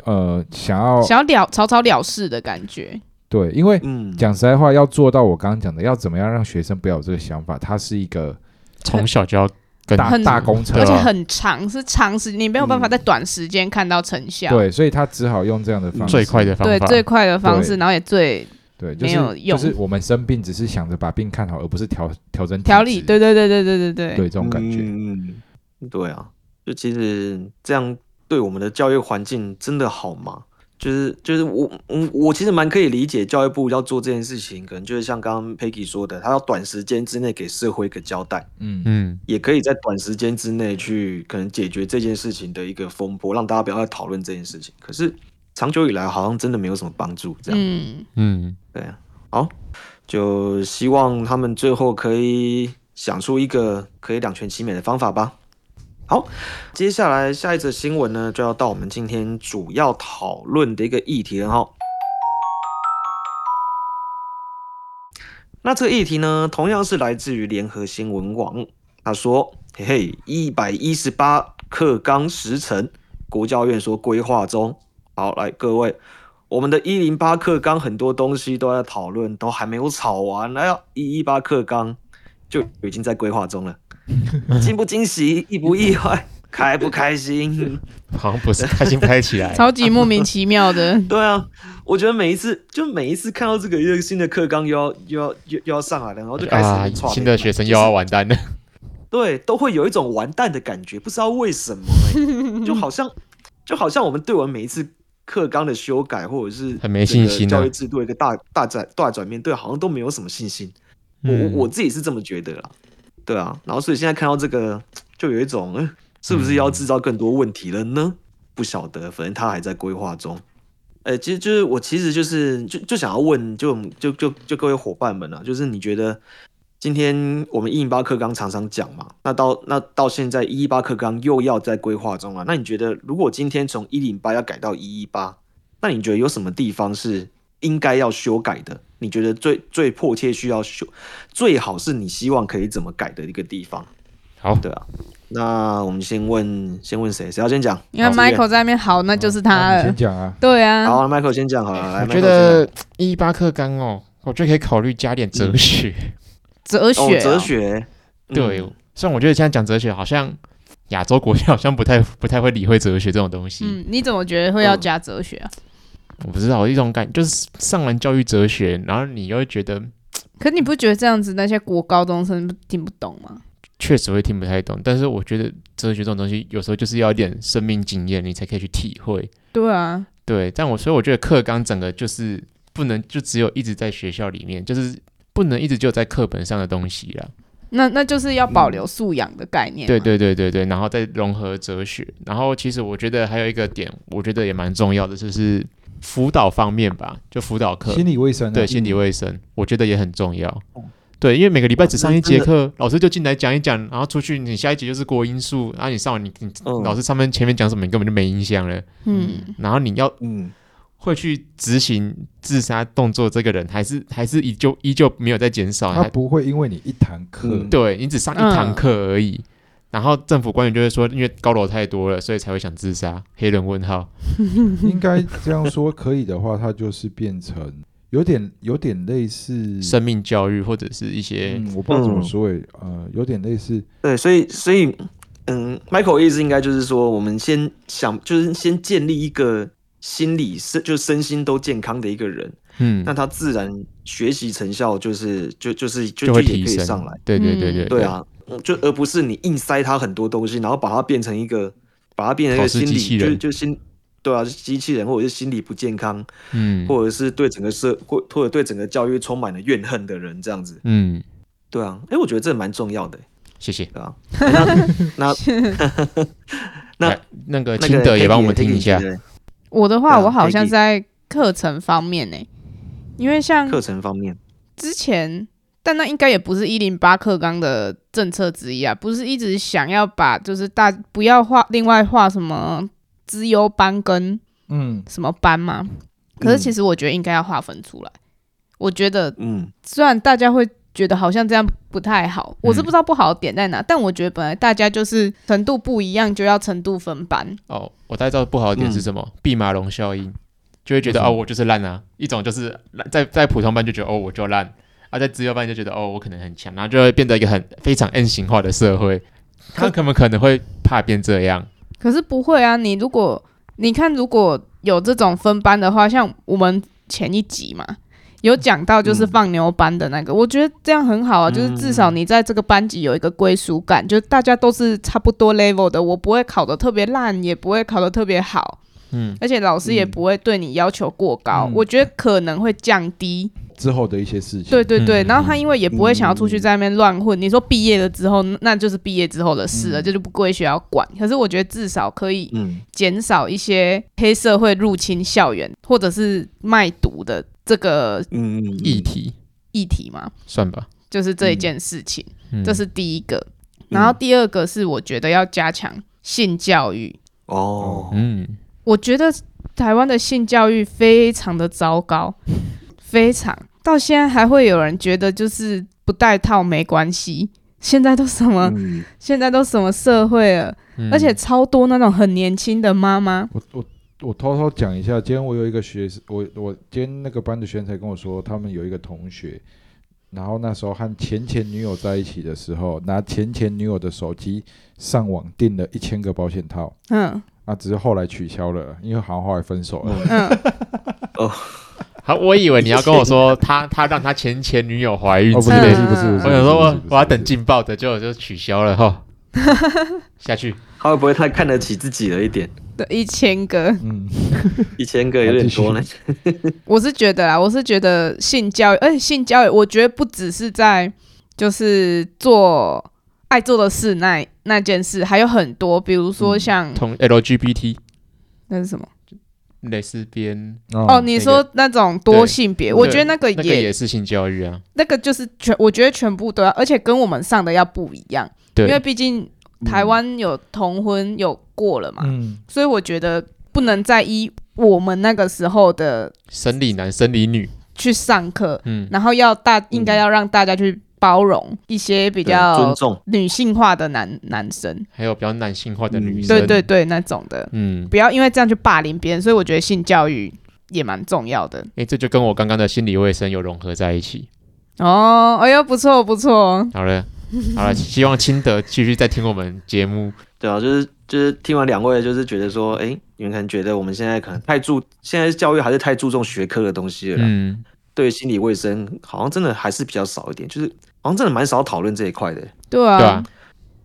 [SPEAKER 2] 呃想要
[SPEAKER 3] 想要了草草了事的感觉，
[SPEAKER 2] 对，因为
[SPEAKER 1] 嗯，
[SPEAKER 2] 讲实在话，要做到我刚刚讲的，要怎么样让学生不要有这个想法，它是一个
[SPEAKER 4] 从小就要跟
[SPEAKER 2] 大
[SPEAKER 3] 很
[SPEAKER 2] 大工程，
[SPEAKER 4] 对
[SPEAKER 3] 而且
[SPEAKER 4] 啊
[SPEAKER 3] 很长，是长时，你没有办法
[SPEAKER 1] 嗯
[SPEAKER 3] 在短时间看到成效，
[SPEAKER 2] 对，所以他只好用这嗯样的方式，
[SPEAKER 4] 最快的方
[SPEAKER 3] 对
[SPEAKER 4] 法，
[SPEAKER 3] 最快的方式，
[SPEAKER 2] 对
[SPEAKER 3] 然后也最
[SPEAKER 2] 对，就
[SPEAKER 3] 没有
[SPEAKER 2] 是就
[SPEAKER 3] 用
[SPEAKER 2] 是我们生病只是想着把病看好，而不是调调整体
[SPEAKER 3] 条理，
[SPEAKER 2] 质
[SPEAKER 3] 对对对对对对
[SPEAKER 2] 对这种感觉，
[SPEAKER 1] 嗯，嗯对啊，就其实这样对我们的教育环境真的好吗？就是就是我嗯，我其实蛮可以理解教育部要做这件事情，可能就是像刚刚 Peggy 说的，他要短时间之内给社会一个交代，
[SPEAKER 2] 嗯，
[SPEAKER 4] 嗯，
[SPEAKER 1] 也可以在短时间之内去可能解决这件事情的一个风波，让大家不要再讨论这件事情。可是长久以来好像真的没有什么帮助，这样。
[SPEAKER 3] 嗯，
[SPEAKER 4] 嗯
[SPEAKER 1] 对啊，好，就希望他们最后可以想出一个可以两全其美的方法吧。好，接下来下一则新闻呢，就要到我们今天主要讨论的一个议题了哈。那这个议题呢，同样是来自于联合新闻网，他说：“嘿嘿，一百一十八课纲时程，国教院说规划中。”好，来各位，我们的一零八课纲很多东西都在讨论，都还没有吵完，那要一一八课纲就已经在规划中 了，惊不惊喜，意不意外，开不开心？，
[SPEAKER 4] 好像不是开心拍起来，
[SPEAKER 3] 超级莫名其妙的
[SPEAKER 1] 对啊，我觉得每一次就每一次看到这个又新的课纲又要又要又又要上来了，然后就开始
[SPEAKER 4] 啊，
[SPEAKER 1] 吵、
[SPEAKER 4] 新的学生又要完蛋了，
[SPEAKER 1] 对，都会有一种完蛋的感觉，不知道为什么、欸就好像就好像我们对我们每一次课纲的修改，或者是
[SPEAKER 4] 很没信心啊
[SPEAKER 1] 这个教育制度的一个大大转大转变，对，好像都没有什么信心。我我
[SPEAKER 4] 嗯
[SPEAKER 1] 我自己是这么觉得啦，对啊，然后所以现在看到这个，就有一种嗯是不是要制造更多问题了呢？不晓得，反正他还在规划中。呃，其实就是我其实就是就就想要问，就就就就各位伙伴们啊，就是你觉得今天我们一零八课纲常常讲嘛，那到那到现在一一八课纲又要在规划中了、啊那你觉得如果今天从一零八要改到一一八，那你觉得有什么地方是应该要修改的？你觉得最最迫切需要修，最好是你希望可以怎么改的一个地方？
[SPEAKER 4] 好，
[SPEAKER 1] 对啊，那我们先问先问谁？谁要先讲？
[SPEAKER 3] 你看
[SPEAKER 1] 好志远
[SPEAKER 3] Michael 在那边好，那就是他
[SPEAKER 2] 那你
[SPEAKER 3] 了
[SPEAKER 2] 先，讲啊，
[SPEAKER 3] 对啊，
[SPEAKER 1] 好，Michael 先讲好了。来
[SPEAKER 4] 我
[SPEAKER 1] Michael
[SPEAKER 4] 觉得一八课纲哦，我就可以考虑加点哲学。
[SPEAKER 3] 哲
[SPEAKER 1] 先
[SPEAKER 3] 学
[SPEAKER 1] 讲哦，哲
[SPEAKER 3] 哦
[SPEAKER 1] 学，
[SPEAKER 4] 对
[SPEAKER 1] 嗯，
[SPEAKER 4] 虽然我觉得现在讲哲学好像亚洲国家好像不太不太会理会哲学这种东西，
[SPEAKER 3] 嗯，你怎么觉得会要
[SPEAKER 1] 嗯
[SPEAKER 3] 加哲学啊？
[SPEAKER 4] 我不知道，有一种感就是上完教育哲学，然后你又会觉得
[SPEAKER 3] 可你不觉得这样子那些国高中生听不懂吗？
[SPEAKER 4] 确实会听不太懂，但是我觉得哲学这种东西有时候就是要一点生命经验，你才可以去体会。
[SPEAKER 3] 对啊，
[SPEAKER 4] 对，但我所以我觉得课纲整个就是不能就只有一直在学校里面，就是不能一直就在课本上的东西啦。
[SPEAKER 3] 那那就是要保留素养的概念、
[SPEAKER 4] 对，对对对对，然后再融合哲学。然后其实我觉得还有一个点，我觉得也蛮重要的，就是辅导方面吧，就辅导课，
[SPEAKER 2] 心理哦卫生啊
[SPEAKER 4] 对心理卫生，我觉得也很重要。对，因为每个礼拜只上一节课，老师就进来讲一讲，然后出去，你下一节就是国音数，然后你上完你你
[SPEAKER 1] 嗯
[SPEAKER 4] 老师上面前面讲什么，你根本就没印象了。
[SPEAKER 3] 嗯，
[SPEAKER 4] 然后你要
[SPEAKER 1] 嗯，
[SPEAKER 4] 会去执行自杀动作，这个人还是还是依旧依旧没有在减
[SPEAKER 1] 哦
[SPEAKER 4] 少，
[SPEAKER 2] 他
[SPEAKER 4] 还
[SPEAKER 2] 不会因为你一堂课
[SPEAKER 1] 嗯，
[SPEAKER 4] 对你只上一堂课而已。然后政府官员就会说，因为高楼太多了，所以才会想自杀。黑人问号，
[SPEAKER 2] 应该这样说，可以的话，它就是变成有点有点类
[SPEAKER 1] 嗯
[SPEAKER 2] 似，
[SPEAKER 4] 生命教育或者是一些、
[SPEAKER 2] 嗯，我不知道怎么说诶，呃，有点类似，
[SPEAKER 1] 对，所以所以嗯，Michael 意思应该就是说，我们先想，就是先建立一个心理身，就是身心都健康的一个人，
[SPEAKER 4] 嗯，
[SPEAKER 1] 那他自然学习成效就是就就是就
[SPEAKER 4] 就会
[SPEAKER 1] 就也
[SPEAKER 4] 提
[SPEAKER 1] 可以
[SPEAKER 4] 升
[SPEAKER 1] 上来。。
[SPEAKER 4] 对对对
[SPEAKER 3] 嗯
[SPEAKER 4] 对，
[SPEAKER 1] 对，啊，嗯就而不是你硬塞他很多东西，然后把它变成一个，把它变成一
[SPEAKER 4] 考
[SPEAKER 1] 个
[SPEAKER 4] 试
[SPEAKER 1] 心
[SPEAKER 4] 机器
[SPEAKER 1] 理，就
[SPEAKER 4] 人
[SPEAKER 1] 就心，对啊，机器人或者是心理不健康，
[SPEAKER 4] 嗯
[SPEAKER 1] 或者是对整个社或或者对整个教育充满了怨恨的人这样子。
[SPEAKER 4] 嗯，
[SPEAKER 1] 对啊，哎，我觉得这蛮重要的，
[SPEAKER 4] 谢谢。
[SPEAKER 1] 对啊。那那那
[SPEAKER 4] 来那个
[SPEAKER 1] 那
[SPEAKER 4] 呃清
[SPEAKER 1] 个
[SPEAKER 4] 德也帮我们
[SPEAKER 1] Peggy-
[SPEAKER 4] 听一
[SPEAKER 1] Peggy
[SPEAKER 4] 下
[SPEAKER 1] 觉，得
[SPEAKER 3] 我的话，
[SPEAKER 1] 对啊
[SPEAKER 3] 我好像
[SPEAKER 1] Peggy
[SPEAKER 3] 在课程方面呢、因为像
[SPEAKER 1] 课程方面，
[SPEAKER 3] 之前，但那应该也不是一零八课纲的政策之一啊，不是一直想要把就是大不要划另外划什么资优班跟
[SPEAKER 2] 嗯，
[SPEAKER 3] 什么班吗？可是
[SPEAKER 1] 嗯
[SPEAKER 3] 其实我觉得应该要划分出来。我觉得
[SPEAKER 1] 嗯
[SPEAKER 3] 虽然大家会觉得好像这样不太好，我是
[SPEAKER 4] 嗯
[SPEAKER 3] 不知道不好的点在哪，但我觉得本来大家就是程度不一样就要程度分班，
[SPEAKER 4] 哦，我大概知道不好的点是什么，毕、马龙效应，就会觉得
[SPEAKER 2] 嗯为
[SPEAKER 4] 哦，
[SPEAKER 2] 什么
[SPEAKER 4] 我就是烂啊。一种就是烂在在普通班就觉得哦，我就烂，啊，在职业班就觉得哦，我可能很强，然后就会变得一个很非常 N 型化的社会。他可不可能会怕变这样？
[SPEAKER 3] 可是不会啊，你如果你看如果有这种分班的话，像我们前一集嘛。有讲到就是
[SPEAKER 1] 嗯
[SPEAKER 3] 放牛班的那
[SPEAKER 2] 嗯
[SPEAKER 3] 个，我觉得这样很好啊，就是至少你在这个班级有一个归属感，就是大家都是差不多 level 的，我不会考得特别烂，也不会考得特别好，
[SPEAKER 4] 嗯，
[SPEAKER 3] 而且老师也
[SPEAKER 1] 嗯
[SPEAKER 3] 不会对你要求过高，
[SPEAKER 2] 嗯
[SPEAKER 3] 我觉得可能会降低
[SPEAKER 2] 之后的一些事情，
[SPEAKER 3] 对，对对，
[SPEAKER 4] 嗯
[SPEAKER 3] 然后他因为也不会想要出
[SPEAKER 2] 嗯
[SPEAKER 3] 去在那边乱混。你说毕业了之后，那就是毕业之后的事
[SPEAKER 2] 嗯
[SPEAKER 3] 了，这就不归学校管。可是我觉得至少可以
[SPEAKER 1] 嗯
[SPEAKER 3] 减少一些黑社会入侵校园或者是卖毒的这个
[SPEAKER 1] 嗯嗯，
[SPEAKER 4] 议题
[SPEAKER 3] 议题嘛，
[SPEAKER 4] 算吧，
[SPEAKER 3] 就是这一件事情，
[SPEAKER 4] 嗯，
[SPEAKER 3] 这是第一个。然后第二个是我觉得要加强性教育，
[SPEAKER 1] 哦，
[SPEAKER 4] 嗯，
[SPEAKER 3] 我觉得台湾的性教育非常的糟糕， 非常到现在还会有人觉得就是不戴套没关系。现在都什么？
[SPEAKER 1] 嗯
[SPEAKER 3] 现在都什么社会了？
[SPEAKER 4] 嗯
[SPEAKER 3] 而且超多那种很年轻的妈妈，
[SPEAKER 2] 我我我偷偷讲一下，今天我有一个学生，我我今天那个班的学生才跟我说，他们有一个同学，然后那时候和前前女友在一起的时候，拿前前女友的手机上网订了一千个保险套，
[SPEAKER 3] 嗯
[SPEAKER 2] 啊，只是后来取消了，因为好像后来分手了。
[SPEAKER 3] 嗯，
[SPEAKER 4] 好，我以为你要跟我说 他他让他前前女友怀孕
[SPEAKER 2] 哦，不
[SPEAKER 4] 之
[SPEAKER 2] 是
[SPEAKER 4] 类
[SPEAKER 2] 不是，不
[SPEAKER 4] 的
[SPEAKER 2] 是不是，
[SPEAKER 4] 我想说
[SPEAKER 2] 不是
[SPEAKER 4] 我
[SPEAKER 2] 不是
[SPEAKER 4] 我要等劲爆的，结果就取消 了哈。下去，
[SPEAKER 1] 他会不会太看得起自己了一点？
[SPEAKER 3] 对，一千个，
[SPEAKER 2] 嗯，
[SPEAKER 1] 一千个有点多呢。
[SPEAKER 3] 我是觉得啦，我是觉得性教育，而且性教育，我觉得不只是在就是做爱做的事那那件事，还有很多，比如说像、
[SPEAKER 4] 同 LGBT
[SPEAKER 3] 嗯那是什么？
[SPEAKER 4] 蕾丝边，
[SPEAKER 3] 哦，
[SPEAKER 2] 哦，
[SPEAKER 3] 你
[SPEAKER 4] 那
[SPEAKER 3] 说那种多性别，我觉得那个
[SPEAKER 4] 那个
[SPEAKER 3] 也
[SPEAKER 4] 也是性教育啊。
[SPEAKER 3] 那个就是全，我觉得全部都要，而且跟我们上的要不一样，
[SPEAKER 4] 对，
[SPEAKER 3] 因为毕竟台湾有同婚有过了嘛，
[SPEAKER 2] 嗯，
[SPEAKER 3] 所以我觉得不能再依我们那个时候的
[SPEAKER 4] 生理男、生理女，
[SPEAKER 3] 去上课，
[SPEAKER 4] 嗯，
[SPEAKER 3] 然后要大应该要让大家去包容一些比
[SPEAKER 1] 对尊
[SPEAKER 3] 较
[SPEAKER 1] 重，
[SPEAKER 3] 女性化的男男生，
[SPEAKER 4] 还有比较男性化的女
[SPEAKER 1] 嗯
[SPEAKER 4] 生，
[SPEAKER 3] 对对，对，那种的，
[SPEAKER 4] 嗯，
[SPEAKER 3] 不要因为这样去霸凌别人，所以我觉得性教育也蛮重要的。
[SPEAKER 4] 诶，这就跟我刚刚的心理卫生有融合在一起。
[SPEAKER 3] 哦，哎呦，不错不错，
[SPEAKER 4] 好了，好了，希望清德继续在听我们节目，
[SPEAKER 1] 对啊，就是就是听完两位，就是觉得说，哎、你们可能觉得我们现在可能太注，现在教育还是太注重学科的东西了啦，
[SPEAKER 4] 嗯，
[SPEAKER 1] 对于啊心理卫生好像真的还是比较少一点，就是好像真的蛮少讨论这一块的，
[SPEAKER 3] 对
[SPEAKER 4] 对吧
[SPEAKER 3] 啊，？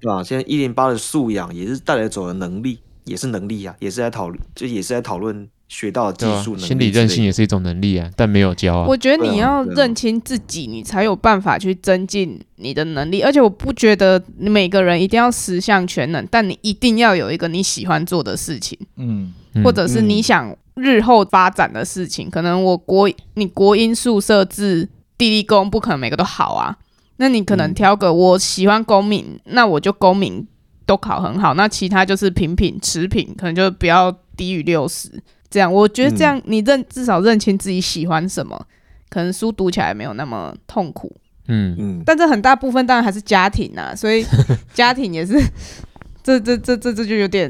[SPEAKER 1] 对吧、现在一零八的素养也是带来走的能力，也是能力啊，也是在讨论，就也是在讨论学到的技
[SPEAKER 4] 对啊
[SPEAKER 1] 术能力之类的、
[SPEAKER 4] 心理韧性也是一种能力啊，但没有教啊。
[SPEAKER 3] 我觉得
[SPEAKER 1] 对啊
[SPEAKER 3] 你要
[SPEAKER 1] 对啊
[SPEAKER 3] 认清自己，你才有办法去增进你的能力。而且我不觉得每个人一定要十项全能，但你一定要有一个你喜欢做的事情，
[SPEAKER 2] 嗯
[SPEAKER 4] 嗯
[SPEAKER 3] 或者是你
[SPEAKER 1] 嗯
[SPEAKER 3] 想日后发展的事情。可能我国你国音数设置地理工不可能每个都好啊，那你可能
[SPEAKER 1] 嗯
[SPEAKER 3] 挑个我喜欢公民，那我就公民都考很好，那其他就是平平持平，可能就不要低于六十。这样，我觉
[SPEAKER 1] 嗯
[SPEAKER 3] 得这样你认至少认清自己喜欢什么，可能书读起来没有那么痛苦。
[SPEAKER 4] 嗯，
[SPEAKER 1] 嗯，
[SPEAKER 3] 但这很大部分当然还是家庭啊，所以 家庭也是， 这这这这这就有点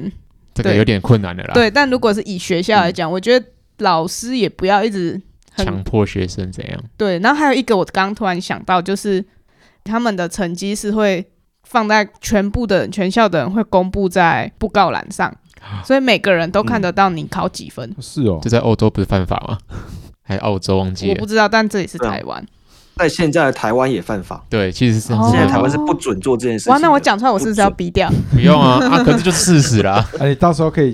[SPEAKER 4] 这个
[SPEAKER 3] 对
[SPEAKER 4] 有点困难的啦。，
[SPEAKER 3] 对。但如果是以学校来讲，我觉得老师也不要一直很
[SPEAKER 4] 强迫学生怎样？
[SPEAKER 3] 对，然后还有一个我刚突然想到，就是他们的成绩是会放在全部的人、全校的人会公布在布告栏上，所以每个人都看得到你考几分。
[SPEAKER 2] 是哦
[SPEAKER 4] 这，在欧洲不是犯法 吗？还是澳洲忘记
[SPEAKER 3] 我不
[SPEAKER 4] 了？
[SPEAKER 3] 知道，但这里是
[SPEAKER 1] 对啊
[SPEAKER 3] 台湾。
[SPEAKER 1] 在现在的台湾也犯法，
[SPEAKER 4] 对，其实是
[SPEAKER 3] 哦
[SPEAKER 1] 现在台
[SPEAKER 4] 犯
[SPEAKER 1] 湾
[SPEAKER 4] 法
[SPEAKER 1] 是不准做这件事情的。
[SPEAKER 3] 哇，那我讲出来，我是不是要逼掉？
[SPEAKER 4] 不用啊，啊，可是就是事实啦。
[SPEAKER 2] 哎，你到时候可以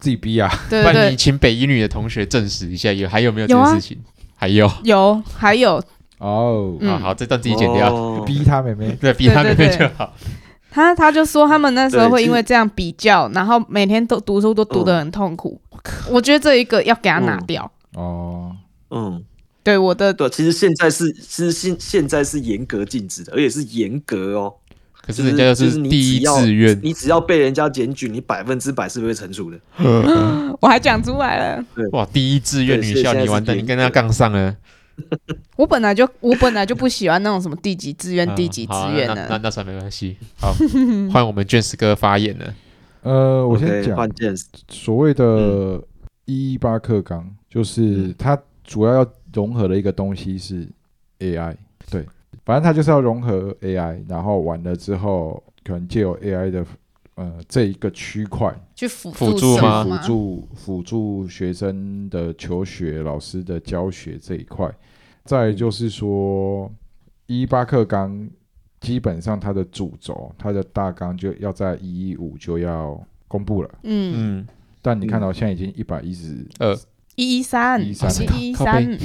[SPEAKER 2] 自己 逼啊。
[SPEAKER 3] 对
[SPEAKER 4] 不
[SPEAKER 3] 对
[SPEAKER 4] 然你
[SPEAKER 3] 对，
[SPEAKER 4] 请北一女的同学证实一下，有还有没有这
[SPEAKER 3] 有
[SPEAKER 4] 件
[SPEAKER 3] 啊
[SPEAKER 4] 事情？还有
[SPEAKER 3] 有还有，
[SPEAKER 2] 哦，
[SPEAKER 3] 嗯
[SPEAKER 4] 啊，好，这段自己剪掉，
[SPEAKER 1] 哦
[SPEAKER 2] 逼他妹妹，
[SPEAKER 4] 对，逼他
[SPEAKER 3] 对
[SPEAKER 4] 们
[SPEAKER 3] 对
[SPEAKER 4] 就
[SPEAKER 3] 对
[SPEAKER 4] 好。
[SPEAKER 3] 他他就说他们那时候
[SPEAKER 1] 对
[SPEAKER 3] 会
[SPEAKER 1] 其
[SPEAKER 3] 因
[SPEAKER 1] 实
[SPEAKER 3] 为这样比较，然后每天都读书都读得很痛苦。我觉得这一个要给他拿
[SPEAKER 1] 嗯
[SPEAKER 3] 掉。
[SPEAKER 2] 哦，
[SPEAKER 1] 嗯，
[SPEAKER 3] 对我的
[SPEAKER 1] 对，其实现在是，其实现现在是严格禁止的，而且是严格哦。
[SPEAKER 4] 可
[SPEAKER 1] 就是
[SPEAKER 4] 人家
[SPEAKER 1] 就是你
[SPEAKER 4] 第一
[SPEAKER 1] 只要
[SPEAKER 4] 志 愿，
[SPEAKER 1] 你只要被人家检举，你百分之百是不会惩处的。
[SPEAKER 3] 我还讲出来了，
[SPEAKER 4] 哇，第一志愿
[SPEAKER 1] 对
[SPEAKER 4] 女
[SPEAKER 1] 所以
[SPEAKER 4] 校
[SPEAKER 1] 现在
[SPEAKER 4] 你
[SPEAKER 1] 是
[SPEAKER 4] 完蛋，
[SPEAKER 1] 第一
[SPEAKER 4] 你跟他
[SPEAKER 1] 个
[SPEAKER 4] 杠上了，
[SPEAKER 3] 我本来就我本来就不喜欢那种什么第几志 愿、
[SPEAKER 4] 啊
[SPEAKER 3] 第几志
[SPEAKER 4] 好啊
[SPEAKER 3] 愿
[SPEAKER 4] 那
[SPEAKER 3] 的
[SPEAKER 4] 那。那算没关系。 好，换我们卷师哥发言了。
[SPEAKER 2] 呃，我先
[SPEAKER 1] OK，
[SPEAKER 2] 讲
[SPEAKER 1] 换嗯件事。
[SPEAKER 2] 所谓的一一八课纲，
[SPEAKER 1] 嗯
[SPEAKER 2] 就是它主要要融合的一个东西是 AI，对，反正它就是要融合 AI，然后完了之后，可能借由 AI 的呃这一个区块，
[SPEAKER 3] 去辅
[SPEAKER 4] 辅助
[SPEAKER 3] 助什
[SPEAKER 4] 吗
[SPEAKER 3] 么
[SPEAKER 2] 辅助辅助学生的求学、老师的教学这一块。再
[SPEAKER 3] 嗯
[SPEAKER 2] 来就是说，一八课纲基本上它的主轴、它的大纲就要在一一五就要公布了。
[SPEAKER 3] 嗯，
[SPEAKER 4] 嗯，
[SPEAKER 2] 但你看到现在已经一百一十，
[SPEAKER 4] 呃，
[SPEAKER 3] 一一三，已
[SPEAKER 2] 113
[SPEAKER 3] 经一一
[SPEAKER 4] 靠背
[SPEAKER 3] 三，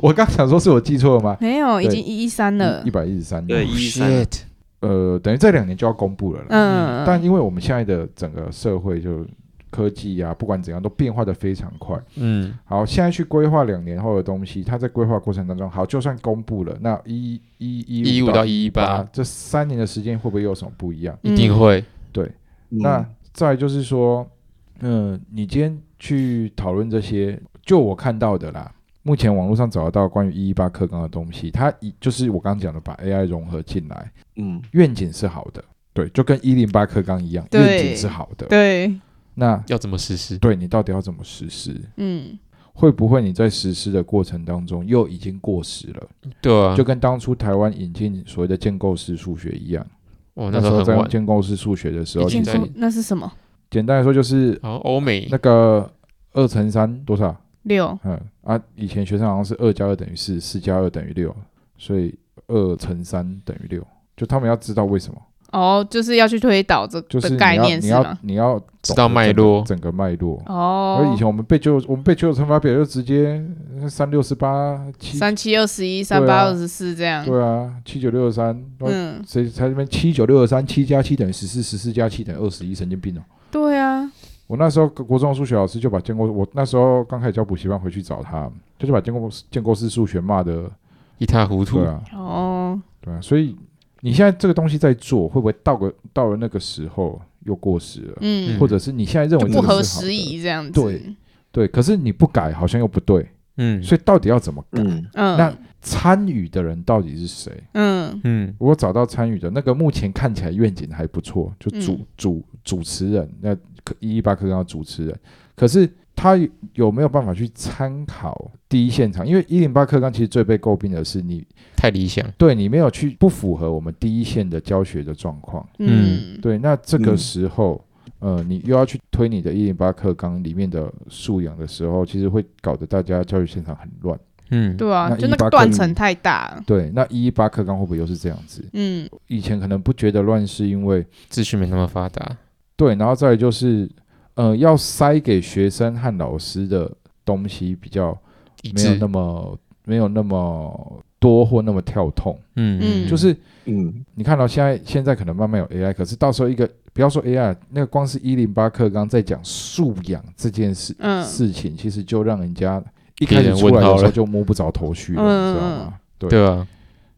[SPEAKER 2] 我刚想说是我记错了吗？
[SPEAKER 3] 没有，已
[SPEAKER 2] 对
[SPEAKER 3] 经一一三了
[SPEAKER 2] 一。百一十三，
[SPEAKER 1] 对
[SPEAKER 4] 哦
[SPEAKER 1] 一三
[SPEAKER 4] shit
[SPEAKER 2] 呃，等于这两年就要公布了啦。
[SPEAKER 3] 嗯，
[SPEAKER 2] 但因为我们现在的整个社会就科技啊，不管怎样都变化的非常快。
[SPEAKER 4] 嗯，
[SPEAKER 2] 好，现在去规划两年后的东西，它在规划过程当中，好，就算公布了，那一一
[SPEAKER 4] 一五
[SPEAKER 2] 五
[SPEAKER 4] 到
[SPEAKER 2] 一
[SPEAKER 4] 一一八
[SPEAKER 2] 这三年的时间会不会有什么不一样？
[SPEAKER 4] 一定会。
[SPEAKER 2] 对，
[SPEAKER 1] 嗯
[SPEAKER 2] 那再来就是说，嗯、你今天去讨论这些，就我看到的啦，目前网络上找得到关于一一八课纲的东西，它一就是我刚刚讲的，把 AI 融合进来，
[SPEAKER 1] 嗯，
[SPEAKER 2] 愿景是好的，对，就跟一零八课纲一样，
[SPEAKER 3] 对
[SPEAKER 2] 愿景是好的。
[SPEAKER 3] 对，
[SPEAKER 2] 那
[SPEAKER 4] 要怎么实施？
[SPEAKER 2] 对你到底要怎么实施？
[SPEAKER 3] 嗯，
[SPEAKER 2] 会不会你在实施的过程当中又已经过时了？
[SPEAKER 4] 对啊
[SPEAKER 2] 就，跟当初台湾引进所谓的建构式数学一样，
[SPEAKER 4] 我
[SPEAKER 2] 那
[SPEAKER 4] 那
[SPEAKER 2] 时
[SPEAKER 4] 时
[SPEAKER 2] 候
[SPEAKER 4] 候
[SPEAKER 2] 在
[SPEAKER 4] 很
[SPEAKER 2] 用
[SPEAKER 4] 晚，
[SPEAKER 2] 建构式数学的时候，
[SPEAKER 4] 已
[SPEAKER 2] 你
[SPEAKER 4] 经
[SPEAKER 3] 建
[SPEAKER 4] 在
[SPEAKER 3] 构那是什么？
[SPEAKER 2] 简单来说就是
[SPEAKER 4] 然后欧美
[SPEAKER 2] 那个二乘三多少？
[SPEAKER 3] 六，
[SPEAKER 2] 嗯啊，以前学生好像是二加二等于四，四加二等于六，所以二乘三等于六。就他们要知道为什么，
[SPEAKER 3] 哦，就是要去推导这
[SPEAKER 2] 就是
[SPEAKER 3] 个
[SPEAKER 2] 你
[SPEAKER 3] 概
[SPEAKER 2] 要
[SPEAKER 3] 念
[SPEAKER 2] 你
[SPEAKER 3] 是
[SPEAKER 2] 要
[SPEAKER 3] 吗？
[SPEAKER 2] 你要懂
[SPEAKER 4] 知道
[SPEAKER 2] 得
[SPEAKER 4] 脉
[SPEAKER 2] 整个
[SPEAKER 4] 络
[SPEAKER 2] 整个脉络。而
[SPEAKER 3] 哦
[SPEAKER 2] 以，前我们背就我们背九九乘法表就直接三六十八七，
[SPEAKER 3] 三七二十一，三八二十四这样。
[SPEAKER 2] 对啊，七九六十三，
[SPEAKER 3] 嗯，
[SPEAKER 2] 谁才这边七九六二三，七加七等于十四，十四加七等于二十一，神经病哦！
[SPEAKER 3] 对啊，
[SPEAKER 2] 我那时候国中数学老师就把建构，我那时候刚开始教补习班回去找他，他就把建构建构式数学骂的，
[SPEAKER 4] 一塌糊涂
[SPEAKER 2] 对。啊，
[SPEAKER 3] 哦，
[SPEAKER 2] 对啊，所以你现在这个东西在做，会不会到个到了那个时候又过时了？
[SPEAKER 3] 嗯，
[SPEAKER 2] 或者是你现在认
[SPEAKER 3] 就
[SPEAKER 2] 为
[SPEAKER 3] 不
[SPEAKER 2] 这个
[SPEAKER 3] 合
[SPEAKER 2] 是好的
[SPEAKER 3] 时宜这样子。
[SPEAKER 2] 对，对，可是你不改好像又不对，
[SPEAKER 4] 嗯
[SPEAKER 2] 所以到底要怎么改？
[SPEAKER 1] 嗯
[SPEAKER 2] 那
[SPEAKER 3] 嗯
[SPEAKER 2] 参与的人到底是谁？
[SPEAKER 3] 嗯
[SPEAKER 4] 嗯，
[SPEAKER 2] 我找到参与的那个，目前看起来愿景还不错，就主、
[SPEAKER 3] 嗯
[SPEAKER 2] 主主持人，那一一八课纲的主持人，可是他有没有办法去参考第一现场？因为一零八课纲其实最被诟病的是你
[SPEAKER 4] 太理想。
[SPEAKER 2] 对你没有去不符合我们第一线的教学的状况。
[SPEAKER 3] 嗯，
[SPEAKER 2] 对，那这个
[SPEAKER 1] 嗯
[SPEAKER 2] 时候，呃，你又要去推你的一零八课纲里面的素养的时候，其实会搞得大家教育现场很乱。
[SPEAKER 4] 嗯，
[SPEAKER 3] 对啊，
[SPEAKER 2] 那
[SPEAKER 3] 就那
[SPEAKER 2] 118
[SPEAKER 3] 个
[SPEAKER 2] 克
[SPEAKER 3] 断
[SPEAKER 2] 力
[SPEAKER 3] 层太大了。
[SPEAKER 2] 对，那一一八课纲会不会又是这样子？
[SPEAKER 3] 嗯
[SPEAKER 2] 以前可能不觉得乱，是因为
[SPEAKER 4] 资讯没那么发达。
[SPEAKER 2] 对，然后再来就是呃要塞给学生和老师的东西比较
[SPEAKER 4] 一
[SPEAKER 2] 没有
[SPEAKER 4] 致
[SPEAKER 2] 那，么没有那么多或那么跳痛，
[SPEAKER 4] 嗯
[SPEAKER 3] 嗯
[SPEAKER 2] 就是
[SPEAKER 1] 嗯，
[SPEAKER 2] 你看到现在现在可能慢慢有 AI，可是到时候一个不要说 AI，那个光是一零八课纲在讲素养这件事、
[SPEAKER 3] 嗯
[SPEAKER 2] 事情，其实就让人家一
[SPEAKER 4] 给
[SPEAKER 2] 开始
[SPEAKER 4] 人
[SPEAKER 2] 出
[SPEAKER 4] 问
[SPEAKER 2] 来
[SPEAKER 4] 号
[SPEAKER 2] 的时候
[SPEAKER 4] 了
[SPEAKER 2] 就摸不着头绪了，
[SPEAKER 3] 嗯
[SPEAKER 2] 你知道
[SPEAKER 3] 嗯嗯
[SPEAKER 2] 吗？对
[SPEAKER 4] 对啊，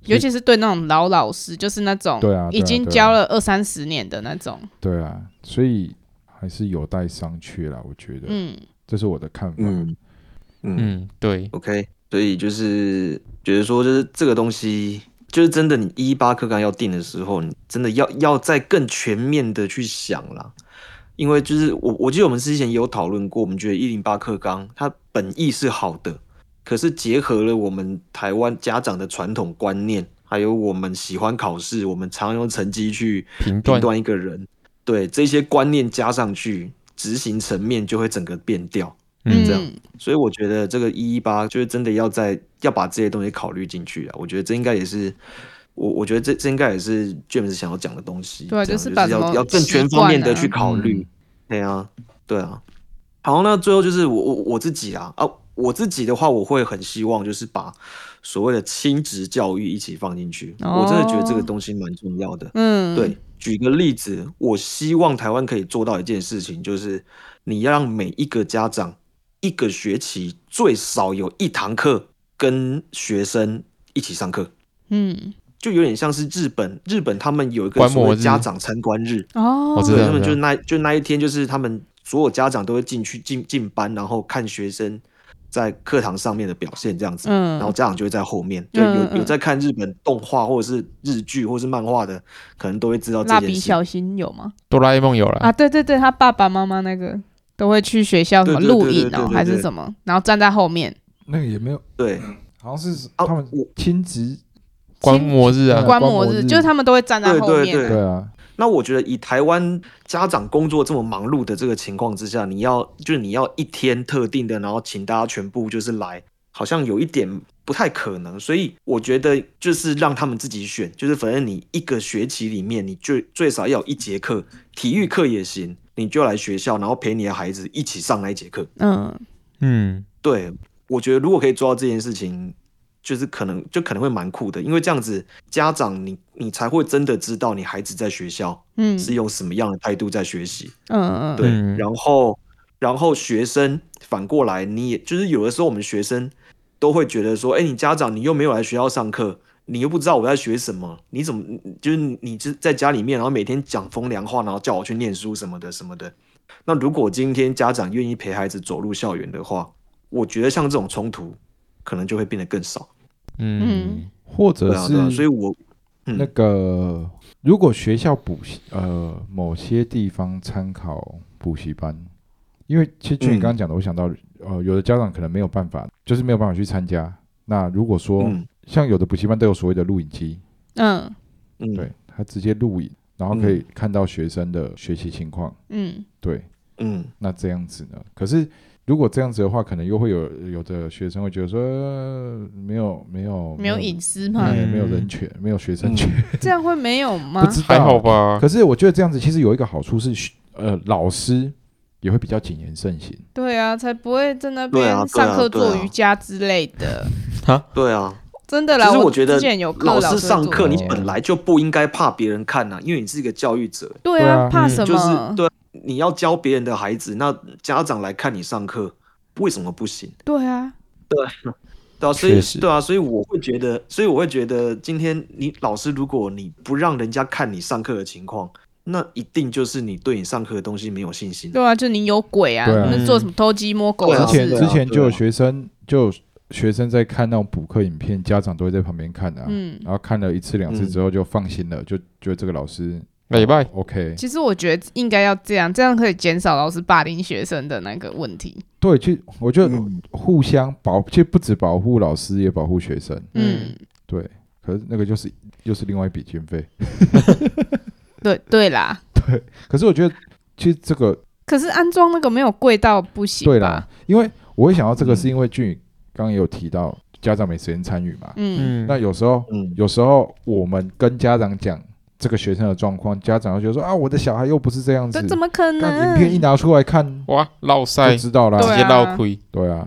[SPEAKER 3] 尤其是对那种老老师，就是那种
[SPEAKER 2] 对啊对啊
[SPEAKER 3] 已经
[SPEAKER 2] 对啊
[SPEAKER 3] 教了二三十年的那种，
[SPEAKER 2] 对啊，所以还是有待商榷啦，我觉得，
[SPEAKER 3] 嗯，
[SPEAKER 2] 这是我的看法。
[SPEAKER 1] 嗯嗯
[SPEAKER 4] 嗯，对，
[SPEAKER 1] ，OK，所以就是觉得说，就是这个东西，就是真的，你一八课纲要定的时候，你真的要要再更全面的去想啦。因为就是我我记得我们之前有讨论过，我们觉得一零八课纲它本意是好的，可是结合了我们台湾家长的传统观念，还有我们喜欢考试，我们常用成绩去
[SPEAKER 4] 评
[SPEAKER 1] 评
[SPEAKER 4] 断，
[SPEAKER 1] 断一个人，对这些观念加上去，执行层面就会整个变掉。
[SPEAKER 4] 嗯
[SPEAKER 1] 这样所以我觉得这个一一八就是真的要在要把这些东西考虑进去啊。我觉得这应该也是我我觉得这这应该也是 James 想要讲的东西。
[SPEAKER 3] 对啊
[SPEAKER 1] 这样
[SPEAKER 3] 就是是把什
[SPEAKER 1] 要
[SPEAKER 3] 么
[SPEAKER 1] 要更
[SPEAKER 3] 习
[SPEAKER 1] 全
[SPEAKER 3] 惯
[SPEAKER 1] 方面的
[SPEAKER 3] 啊
[SPEAKER 1] 去考虑。
[SPEAKER 4] 嗯
[SPEAKER 1] 对啊，对啊。好，那最后就是我我我自己啦啊，我自己的话，我会很希望就是把所谓的亲职教育一起放进去。我真的觉得这个
[SPEAKER 3] 哦
[SPEAKER 1] 东西蛮重要的。
[SPEAKER 3] 嗯，
[SPEAKER 1] 对，，举个例子，我希望台湾可以做到一件事情，就是你要让每一个家长一个学期最少有一堂课跟学生一起上课，
[SPEAKER 3] 嗯，
[SPEAKER 1] 就有点像是日本，日本他们有一个
[SPEAKER 4] 观
[SPEAKER 1] 所
[SPEAKER 4] 摩
[SPEAKER 1] 谓
[SPEAKER 4] 日
[SPEAKER 1] 家长参观日，
[SPEAKER 3] 哦，
[SPEAKER 4] 我知
[SPEAKER 1] 对，
[SPEAKER 4] 道
[SPEAKER 1] 他们
[SPEAKER 4] 知
[SPEAKER 1] 就
[SPEAKER 4] 道
[SPEAKER 1] 那就那一天，就是他们所有家长都会进去进进班，然后看学生在课堂上面的表现这样子，
[SPEAKER 3] 嗯
[SPEAKER 1] 然后家长就会在后面，就
[SPEAKER 3] 嗯
[SPEAKER 1] 有有
[SPEAKER 3] 嗯
[SPEAKER 1] 在看日本动画或者是日剧或是漫画的，可能都会知道这
[SPEAKER 3] 蜡
[SPEAKER 1] 件
[SPEAKER 3] 笔
[SPEAKER 1] 事。
[SPEAKER 3] 小新有吗？
[SPEAKER 4] 哆啦 A 梦有
[SPEAKER 3] 啊，
[SPEAKER 4] 了，
[SPEAKER 3] 对对对，他爸爸妈妈那个都会去学校什么
[SPEAKER 1] 对对对
[SPEAKER 3] 录影
[SPEAKER 1] 对对
[SPEAKER 3] 哦，
[SPEAKER 1] 对
[SPEAKER 3] 还是什么，然后站在后面
[SPEAKER 2] 那个也没有，
[SPEAKER 1] 对，
[SPEAKER 2] 好像是
[SPEAKER 1] 啊
[SPEAKER 2] 嗯他们
[SPEAKER 1] 我
[SPEAKER 2] 亲子，
[SPEAKER 4] 观摩日
[SPEAKER 3] 观
[SPEAKER 4] 啊，
[SPEAKER 2] 呃观摩
[SPEAKER 3] 摩日，
[SPEAKER 2] 日
[SPEAKER 3] 就是他们都会站在
[SPEAKER 1] 对
[SPEAKER 3] 后
[SPEAKER 1] 对
[SPEAKER 3] 面
[SPEAKER 1] 对
[SPEAKER 3] 啊。
[SPEAKER 2] 对啊，
[SPEAKER 1] 那我觉得以台湾家长工作这么忙碌的这个情况之下，你要就是你要一天特定的，然后请大家全部就是来，好像有一点不太可能。所以我觉得就是让他们自己选，就是反正你一个学期里面，你最最少要有一节课，体育课也行，你就来学校，然后陪你的孩子一起上那一节课。
[SPEAKER 3] 嗯，
[SPEAKER 4] 嗯，
[SPEAKER 1] 对，我觉得如果可以做到这件事情，就是可能就可能会蛮酷的，因为这样子家长你你才会真的知道你孩子在学校
[SPEAKER 3] 嗯
[SPEAKER 1] 是用什么样的态度在学习。
[SPEAKER 3] 嗯嗯
[SPEAKER 1] 对，
[SPEAKER 4] 嗯
[SPEAKER 1] 然后然后学生反过来，你也就是有的时候我们学生都会觉得说，哎，你家长你又没有来学校上课，你又不知道我在学什么，你怎么就是你你就在家里面，然后每天讲风凉话，然后叫我去念书什么的什么的。那如果今天家长愿意陪孩子走入校园的话，我觉得像这种冲突可能就会变得更少。
[SPEAKER 4] 嗯
[SPEAKER 3] 嗯，
[SPEAKER 2] 或
[SPEAKER 1] 对
[SPEAKER 2] 者
[SPEAKER 1] 啊，
[SPEAKER 2] 是
[SPEAKER 1] 对啊，所以我
[SPEAKER 2] 那个如果学校补习，呃，某些地方参考补习班，因为其实据
[SPEAKER 1] 嗯
[SPEAKER 2] 你刚刚讲的，我想到，呃，有的家长可能没有办法，就是没有办法去参加。那如果说、
[SPEAKER 1] 嗯
[SPEAKER 2] 像有的补习班都有所谓的录影机，
[SPEAKER 3] 嗯
[SPEAKER 1] 嗯，
[SPEAKER 2] 对，他直接录影，然后可以看到学生的学习情况，
[SPEAKER 3] 嗯
[SPEAKER 2] 对，
[SPEAKER 1] 嗯
[SPEAKER 2] 那这样子呢？可是如果这样子的话，可能又会有有的学生会觉得说，呃没有没有
[SPEAKER 3] 没有隐私
[SPEAKER 2] 没
[SPEAKER 3] 嘛
[SPEAKER 2] 有，
[SPEAKER 4] 嗯
[SPEAKER 2] 没有人权，没有学生
[SPEAKER 1] 嗯
[SPEAKER 2] 权，
[SPEAKER 3] 这样会没有 吗
[SPEAKER 2] 不？知道
[SPEAKER 4] 还好吧，
[SPEAKER 2] 可是我觉得这样子其实有一个好处是学，呃，老师也会比较谨言慎行。
[SPEAKER 3] 对啊，才不会在那
[SPEAKER 1] 对啊
[SPEAKER 3] 边
[SPEAKER 1] 对啊
[SPEAKER 3] 上课
[SPEAKER 1] 对啊
[SPEAKER 3] 做瑜伽之类的。
[SPEAKER 1] 对啊，
[SPEAKER 3] 真的
[SPEAKER 1] 其
[SPEAKER 3] 啦，
[SPEAKER 1] 实我
[SPEAKER 3] 我
[SPEAKER 1] 觉得
[SPEAKER 3] 之前有课
[SPEAKER 1] 老
[SPEAKER 3] 师
[SPEAKER 1] 师上
[SPEAKER 3] 做
[SPEAKER 1] 课
[SPEAKER 3] 瑜
[SPEAKER 1] 你
[SPEAKER 3] 伽
[SPEAKER 1] 本来就不应该怕别人看呐、因为你是一个教育者，
[SPEAKER 3] 对
[SPEAKER 2] 对
[SPEAKER 3] 啊，
[SPEAKER 2] 啊
[SPEAKER 3] 怕
[SPEAKER 4] 嗯
[SPEAKER 3] 什
[SPEAKER 1] 就是
[SPEAKER 3] 么？
[SPEAKER 1] 对，你要教别人的孩子，那家长来看你上课，为什么不行？
[SPEAKER 3] 对啊，
[SPEAKER 1] 对啊，所以
[SPEAKER 4] 确实
[SPEAKER 1] 对啊，所以我会觉得，所以我会觉得，今天你老师，如果你不让人家看你上课的情况，那一定就是你对你上课的东西没有信心。
[SPEAKER 3] 对啊，就你有鬼啊！
[SPEAKER 2] 对啊
[SPEAKER 3] 你们做什么偷鸡摸狗
[SPEAKER 1] 嗯对
[SPEAKER 3] 的
[SPEAKER 1] 啊
[SPEAKER 2] 之前
[SPEAKER 3] 事？
[SPEAKER 1] 对啊
[SPEAKER 2] 之前就
[SPEAKER 1] 对
[SPEAKER 2] 有
[SPEAKER 1] 啊
[SPEAKER 2] 学生就有学生在看那种补课影片，家长都会在旁边看的、啊。
[SPEAKER 3] 嗯，
[SPEAKER 2] 然后看了一次两次
[SPEAKER 1] 嗯
[SPEAKER 2] 之后就放心了，就觉得这个老师
[SPEAKER 4] 礼拜
[SPEAKER 2] OK。
[SPEAKER 3] 其实我觉得应该要这样，这样可以减少老师霸凌学生的那个问题。
[SPEAKER 2] 对，其实我觉得
[SPEAKER 1] 嗯，
[SPEAKER 2] 互相保，其实不止保护老师，也保护学生。
[SPEAKER 4] 嗯
[SPEAKER 3] 嗯，
[SPEAKER 2] 对，可是那个就是又是另外一笔经费。
[SPEAKER 3] 对对啦。
[SPEAKER 2] 可是我觉得其实这个
[SPEAKER 3] 可是安装那个没有贵到不行，
[SPEAKER 2] 对啦，，因为我会想到这个，
[SPEAKER 1] 嗯
[SPEAKER 2] 是因为俊宇刚刚也有提到家长没时间参与嘛。
[SPEAKER 3] 嗯
[SPEAKER 4] 嗯，
[SPEAKER 2] 那有时候
[SPEAKER 1] 嗯
[SPEAKER 2] 有时候我们跟家长讲，这个学生的状况，家长就觉得说啊，我的小孩又不是这样子
[SPEAKER 3] 这，怎么可
[SPEAKER 2] 但
[SPEAKER 3] 能？
[SPEAKER 2] 影片一拿出来看
[SPEAKER 4] 哇，绕塞
[SPEAKER 2] 就知道啦。
[SPEAKER 3] 对
[SPEAKER 4] 直
[SPEAKER 3] 啊
[SPEAKER 4] 接绕亏，
[SPEAKER 2] 对啊，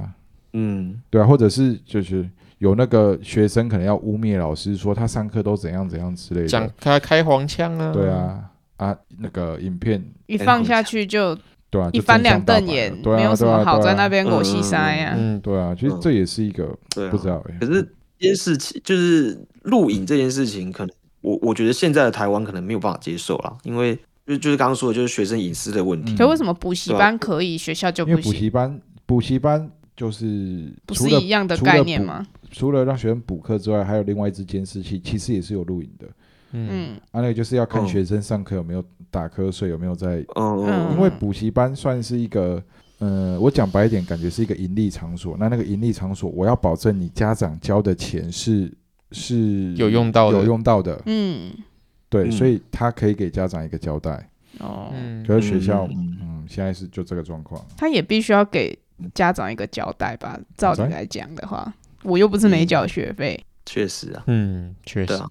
[SPEAKER 1] 嗯，
[SPEAKER 2] 对啊，或者是就是有那个学生可能要污蔑老师说他上课都怎样怎样之类
[SPEAKER 4] 讲
[SPEAKER 2] 的，
[SPEAKER 4] 开开黄腔啊，
[SPEAKER 2] 啊对，啊啊，那个影片
[SPEAKER 3] 一放下去就
[SPEAKER 2] 对啊，
[SPEAKER 3] 一
[SPEAKER 2] 就
[SPEAKER 3] 翻
[SPEAKER 2] 真相
[SPEAKER 3] 两
[SPEAKER 2] 大
[SPEAKER 3] 瞪
[SPEAKER 2] 白
[SPEAKER 3] 眼
[SPEAKER 2] 了，对啊，
[SPEAKER 3] 没有什
[SPEAKER 2] 对啊
[SPEAKER 3] 么好在那。边
[SPEAKER 1] 对啊
[SPEAKER 3] 我戏塞呀。
[SPEAKER 4] 嗯，
[SPEAKER 2] 对啊对啊，其实
[SPEAKER 1] 嗯
[SPEAKER 2] 这也是一个
[SPEAKER 1] 对啊
[SPEAKER 2] 不。知道哎，
[SPEAKER 1] 可是这件事情就是录影这件事情，可能我我觉得现在的台湾可能没有办法接受啦，因为就就是刚刚说的，就是学生隐私的问题。
[SPEAKER 2] 嗯
[SPEAKER 3] 可为什么补习班可以，学校就
[SPEAKER 2] 因为
[SPEAKER 3] 不
[SPEAKER 2] 补
[SPEAKER 3] 行？
[SPEAKER 2] 习班补习班就是
[SPEAKER 3] 不
[SPEAKER 2] 除
[SPEAKER 3] 是
[SPEAKER 2] 了
[SPEAKER 3] 一样的
[SPEAKER 2] 除了
[SPEAKER 3] 概念
[SPEAKER 2] 补
[SPEAKER 3] 吗？
[SPEAKER 2] 除了让学生补课之外，还有另外一支监视器，其实也是有录影的。
[SPEAKER 4] 嗯，
[SPEAKER 3] 嗯，
[SPEAKER 2] 啊，那个就是要看
[SPEAKER 1] 嗯
[SPEAKER 2] 学生上课有没有打瞌睡，有没有在，
[SPEAKER 1] 嗯嗯
[SPEAKER 2] 因为补习班算是一个，呃，我讲白一点，感觉是一个盈利场所。那那个盈利场所，我要保证你家长交的钱是是
[SPEAKER 4] 有用到的
[SPEAKER 2] 有用到的，
[SPEAKER 3] 嗯，
[SPEAKER 2] 对，
[SPEAKER 1] 嗯
[SPEAKER 2] 所以他可以给家长一个交代。
[SPEAKER 3] 哦，
[SPEAKER 4] 嗯，
[SPEAKER 2] 可是学校，
[SPEAKER 1] 嗯
[SPEAKER 2] 嗯，现在是就这个状况，
[SPEAKER 3] 他也必须要给家长一个交代吧。照理来讲的话，我又不是没缴学费。
[SPEAKER 1] 确实啊，
[SPEAKER 4] 嗯，确
[SPEAKER 1] 对
[SPEAKER 4] 实
[SPEAKER 1] 啊，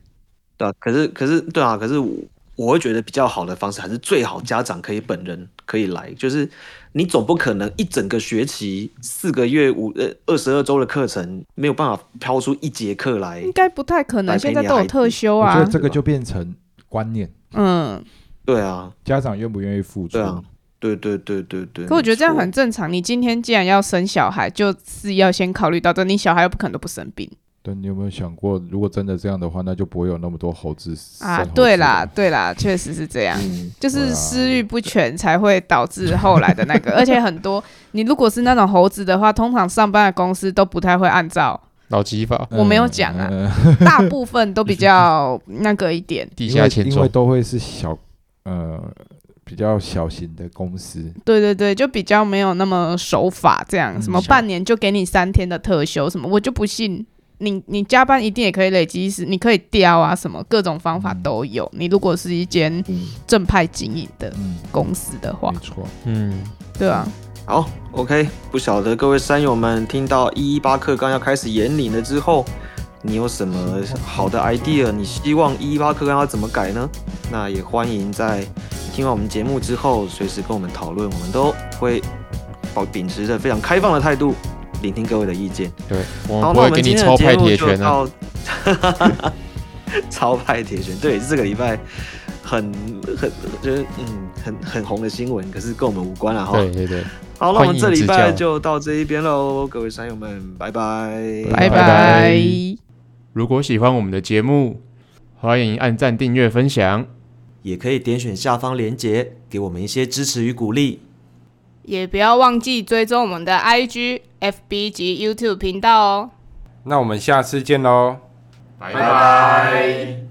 [SPEAKER 1] 对啊。可是可是对啊，可是我我会觉得比较好的方式还是最好家长可以本人可以来，就是你总不可能一整个学期四个月五呃二十二周的课程没有办法挑出一节课
[SPEAKER 2] 嗯
[SPEAKER 1] 来
[SPEAKER 3] 应，该不太可能，
[SPEAKER 1] 来陪
[SPEAKER 3] 现
[SPEAKER 1] 你
[SPEAKER 3] 在都有特休
[SPEAKER 2] 我觉
[SPEAKER 3] 啊
[SPEAKER 2] 得。这个
[SPEAKER 1] 对吧
[SPEAKER 2] 就变成观念，
[SPEAKER 3] 嗯，
[SPEAKER 1] 对啊，
[SPEAKER 2] 家长愿不愿意付出
[SPEAKER 1] 对？啊，对对对对对。
[SPEAKER 3] 可我觉得这样
[SPEAKER 1] 没错
[SPEAKER 3] 很正常。你今天既然要生小孩，就是要先考虑到这，你小孩又不可能都不生病
[SPEAKER 2] 对，你有没有想过，如果真的这样的话，那就不会有那么多猴子
[SPEAKER 3] 啊
[SPEAKER 2] 生猴。子
[SPEAKER 3] 对啦，
[SPEAKER 2] 了
[SPEAKER 3] 对啦，确实是这样。
[SPEAKER 1] 嗯
[SPEAKER 3] 就
[SPEAKER 2] 对
[SPEAKER 3] 是
[SPEAKER 2] 啊
[SPEAKER 3] 私欲不全才会导致后来的那个，而且很多你如果是那种猴子的话，通常上班的公司都不太会按照，
[SPEAKER 4] 老技法，
[SPEAKER 3] 我没有讲啊
[SPEAKER 2] 嗯
[SPEAKER 3] 大部分都比较那个一点。
[SPEAKER 4] 地
[SPEAKER 2] 因
[SPEAKER 4] 下
[SPEAKER 2] 为
[SPEAKER 4] 钱
[SPEAKER 2] 因为
[SPEAKER 4] 庄，
[SPEAKER 2] 都会是小呃比较小型的公司，
[SPEAKER 3] 对对对，就比较没有那么守法，这样
[SPEAKER 2] 嗯
[SPEAKER 3] 什么
[SPEAKER 2] 是
[SPEAKER 3] 半年就给你三天的特休，什么我就不信你你加班一定也可以累积是，你可以调啊，什么各种方法都有。你如果是一间
[SPEAKER 1] 嗯
[SPEAKER 3] 正派经营的
[SPEAKER 2] 嗯，
[SPEAKER 3] 公司的话
[SPEAKER 2] 没，错，
[SPEAKER 4] 嗯，
[SPEAKER 3] 对啊，
[SPEAKER 1] 好，OK，不晓得各位山友们听到一一八课纲要开始严领了之后，你有什么好的 idea？你希望一一八课纲要怎么改呢？那也欢迎在听完我们节目之后，随时跟我们讨论，我们都会保秉持着非常开放的态度，聆听各位的意见。
[SPEAKER 4] 对，我
[SPEAKER 1] 好，那
[SPEAKER 4] 们哦不
[SPEAKER 1] 我
[SPEAKER 4] 会
[SPEAKER 1] 们
[SPEAKER 4] 给
[SPEAKER 1] 今
[SPEAKER 4] 你
[SPEAKER 1] 天
[SPEAKER 4] 超
[SPEAKER 1] 的节
[SPEAKER 4] 派
[SPEAKER 1] 目
[SPEAKER 4] 铁
[SPEAKER 1] 就
[SPEAKER 4] 拳啊，
[SPEAKER 1] 到 超派铁拳，对，这个礼拜很很就是嗯很很红的新闻，可是跟我们无关啊了哈。
[SPEAKER 4] 对对对，
[SPEAKER 1] 好，那我
[SPEAKER 4] 欢
[SPEAKER 1] 们
[SPEAKER 4] 迎
[SPEAKER 1] 这礼
[SPEAKER 4] 指
[SPEAKER 1] 拜
[SPEAKER 4] 教
[SPEAKER 1] 就到这一边喽，各位山友们，拜拜，
[SPEAKER 4] 拜
[SPEAKER 3] 拜
[SPEAKER 4] 拜
[SPEAKER 3] 拜
[SPEAKER 4] 如果喜欢我们的节目，欢迎按赞、订阅、分享。
[SPEAKER 5] 也可以点选下方链接，给我们一些支持与鼓励。
[SPEAKER 6] 也不要忘记追踪我们的 IG、FB 及 YouTube 频道哦。
[SPEAKER 7] 那我们下次见喽。
[SPEAKER 4] 拜
[SPEAKER 5] 拜。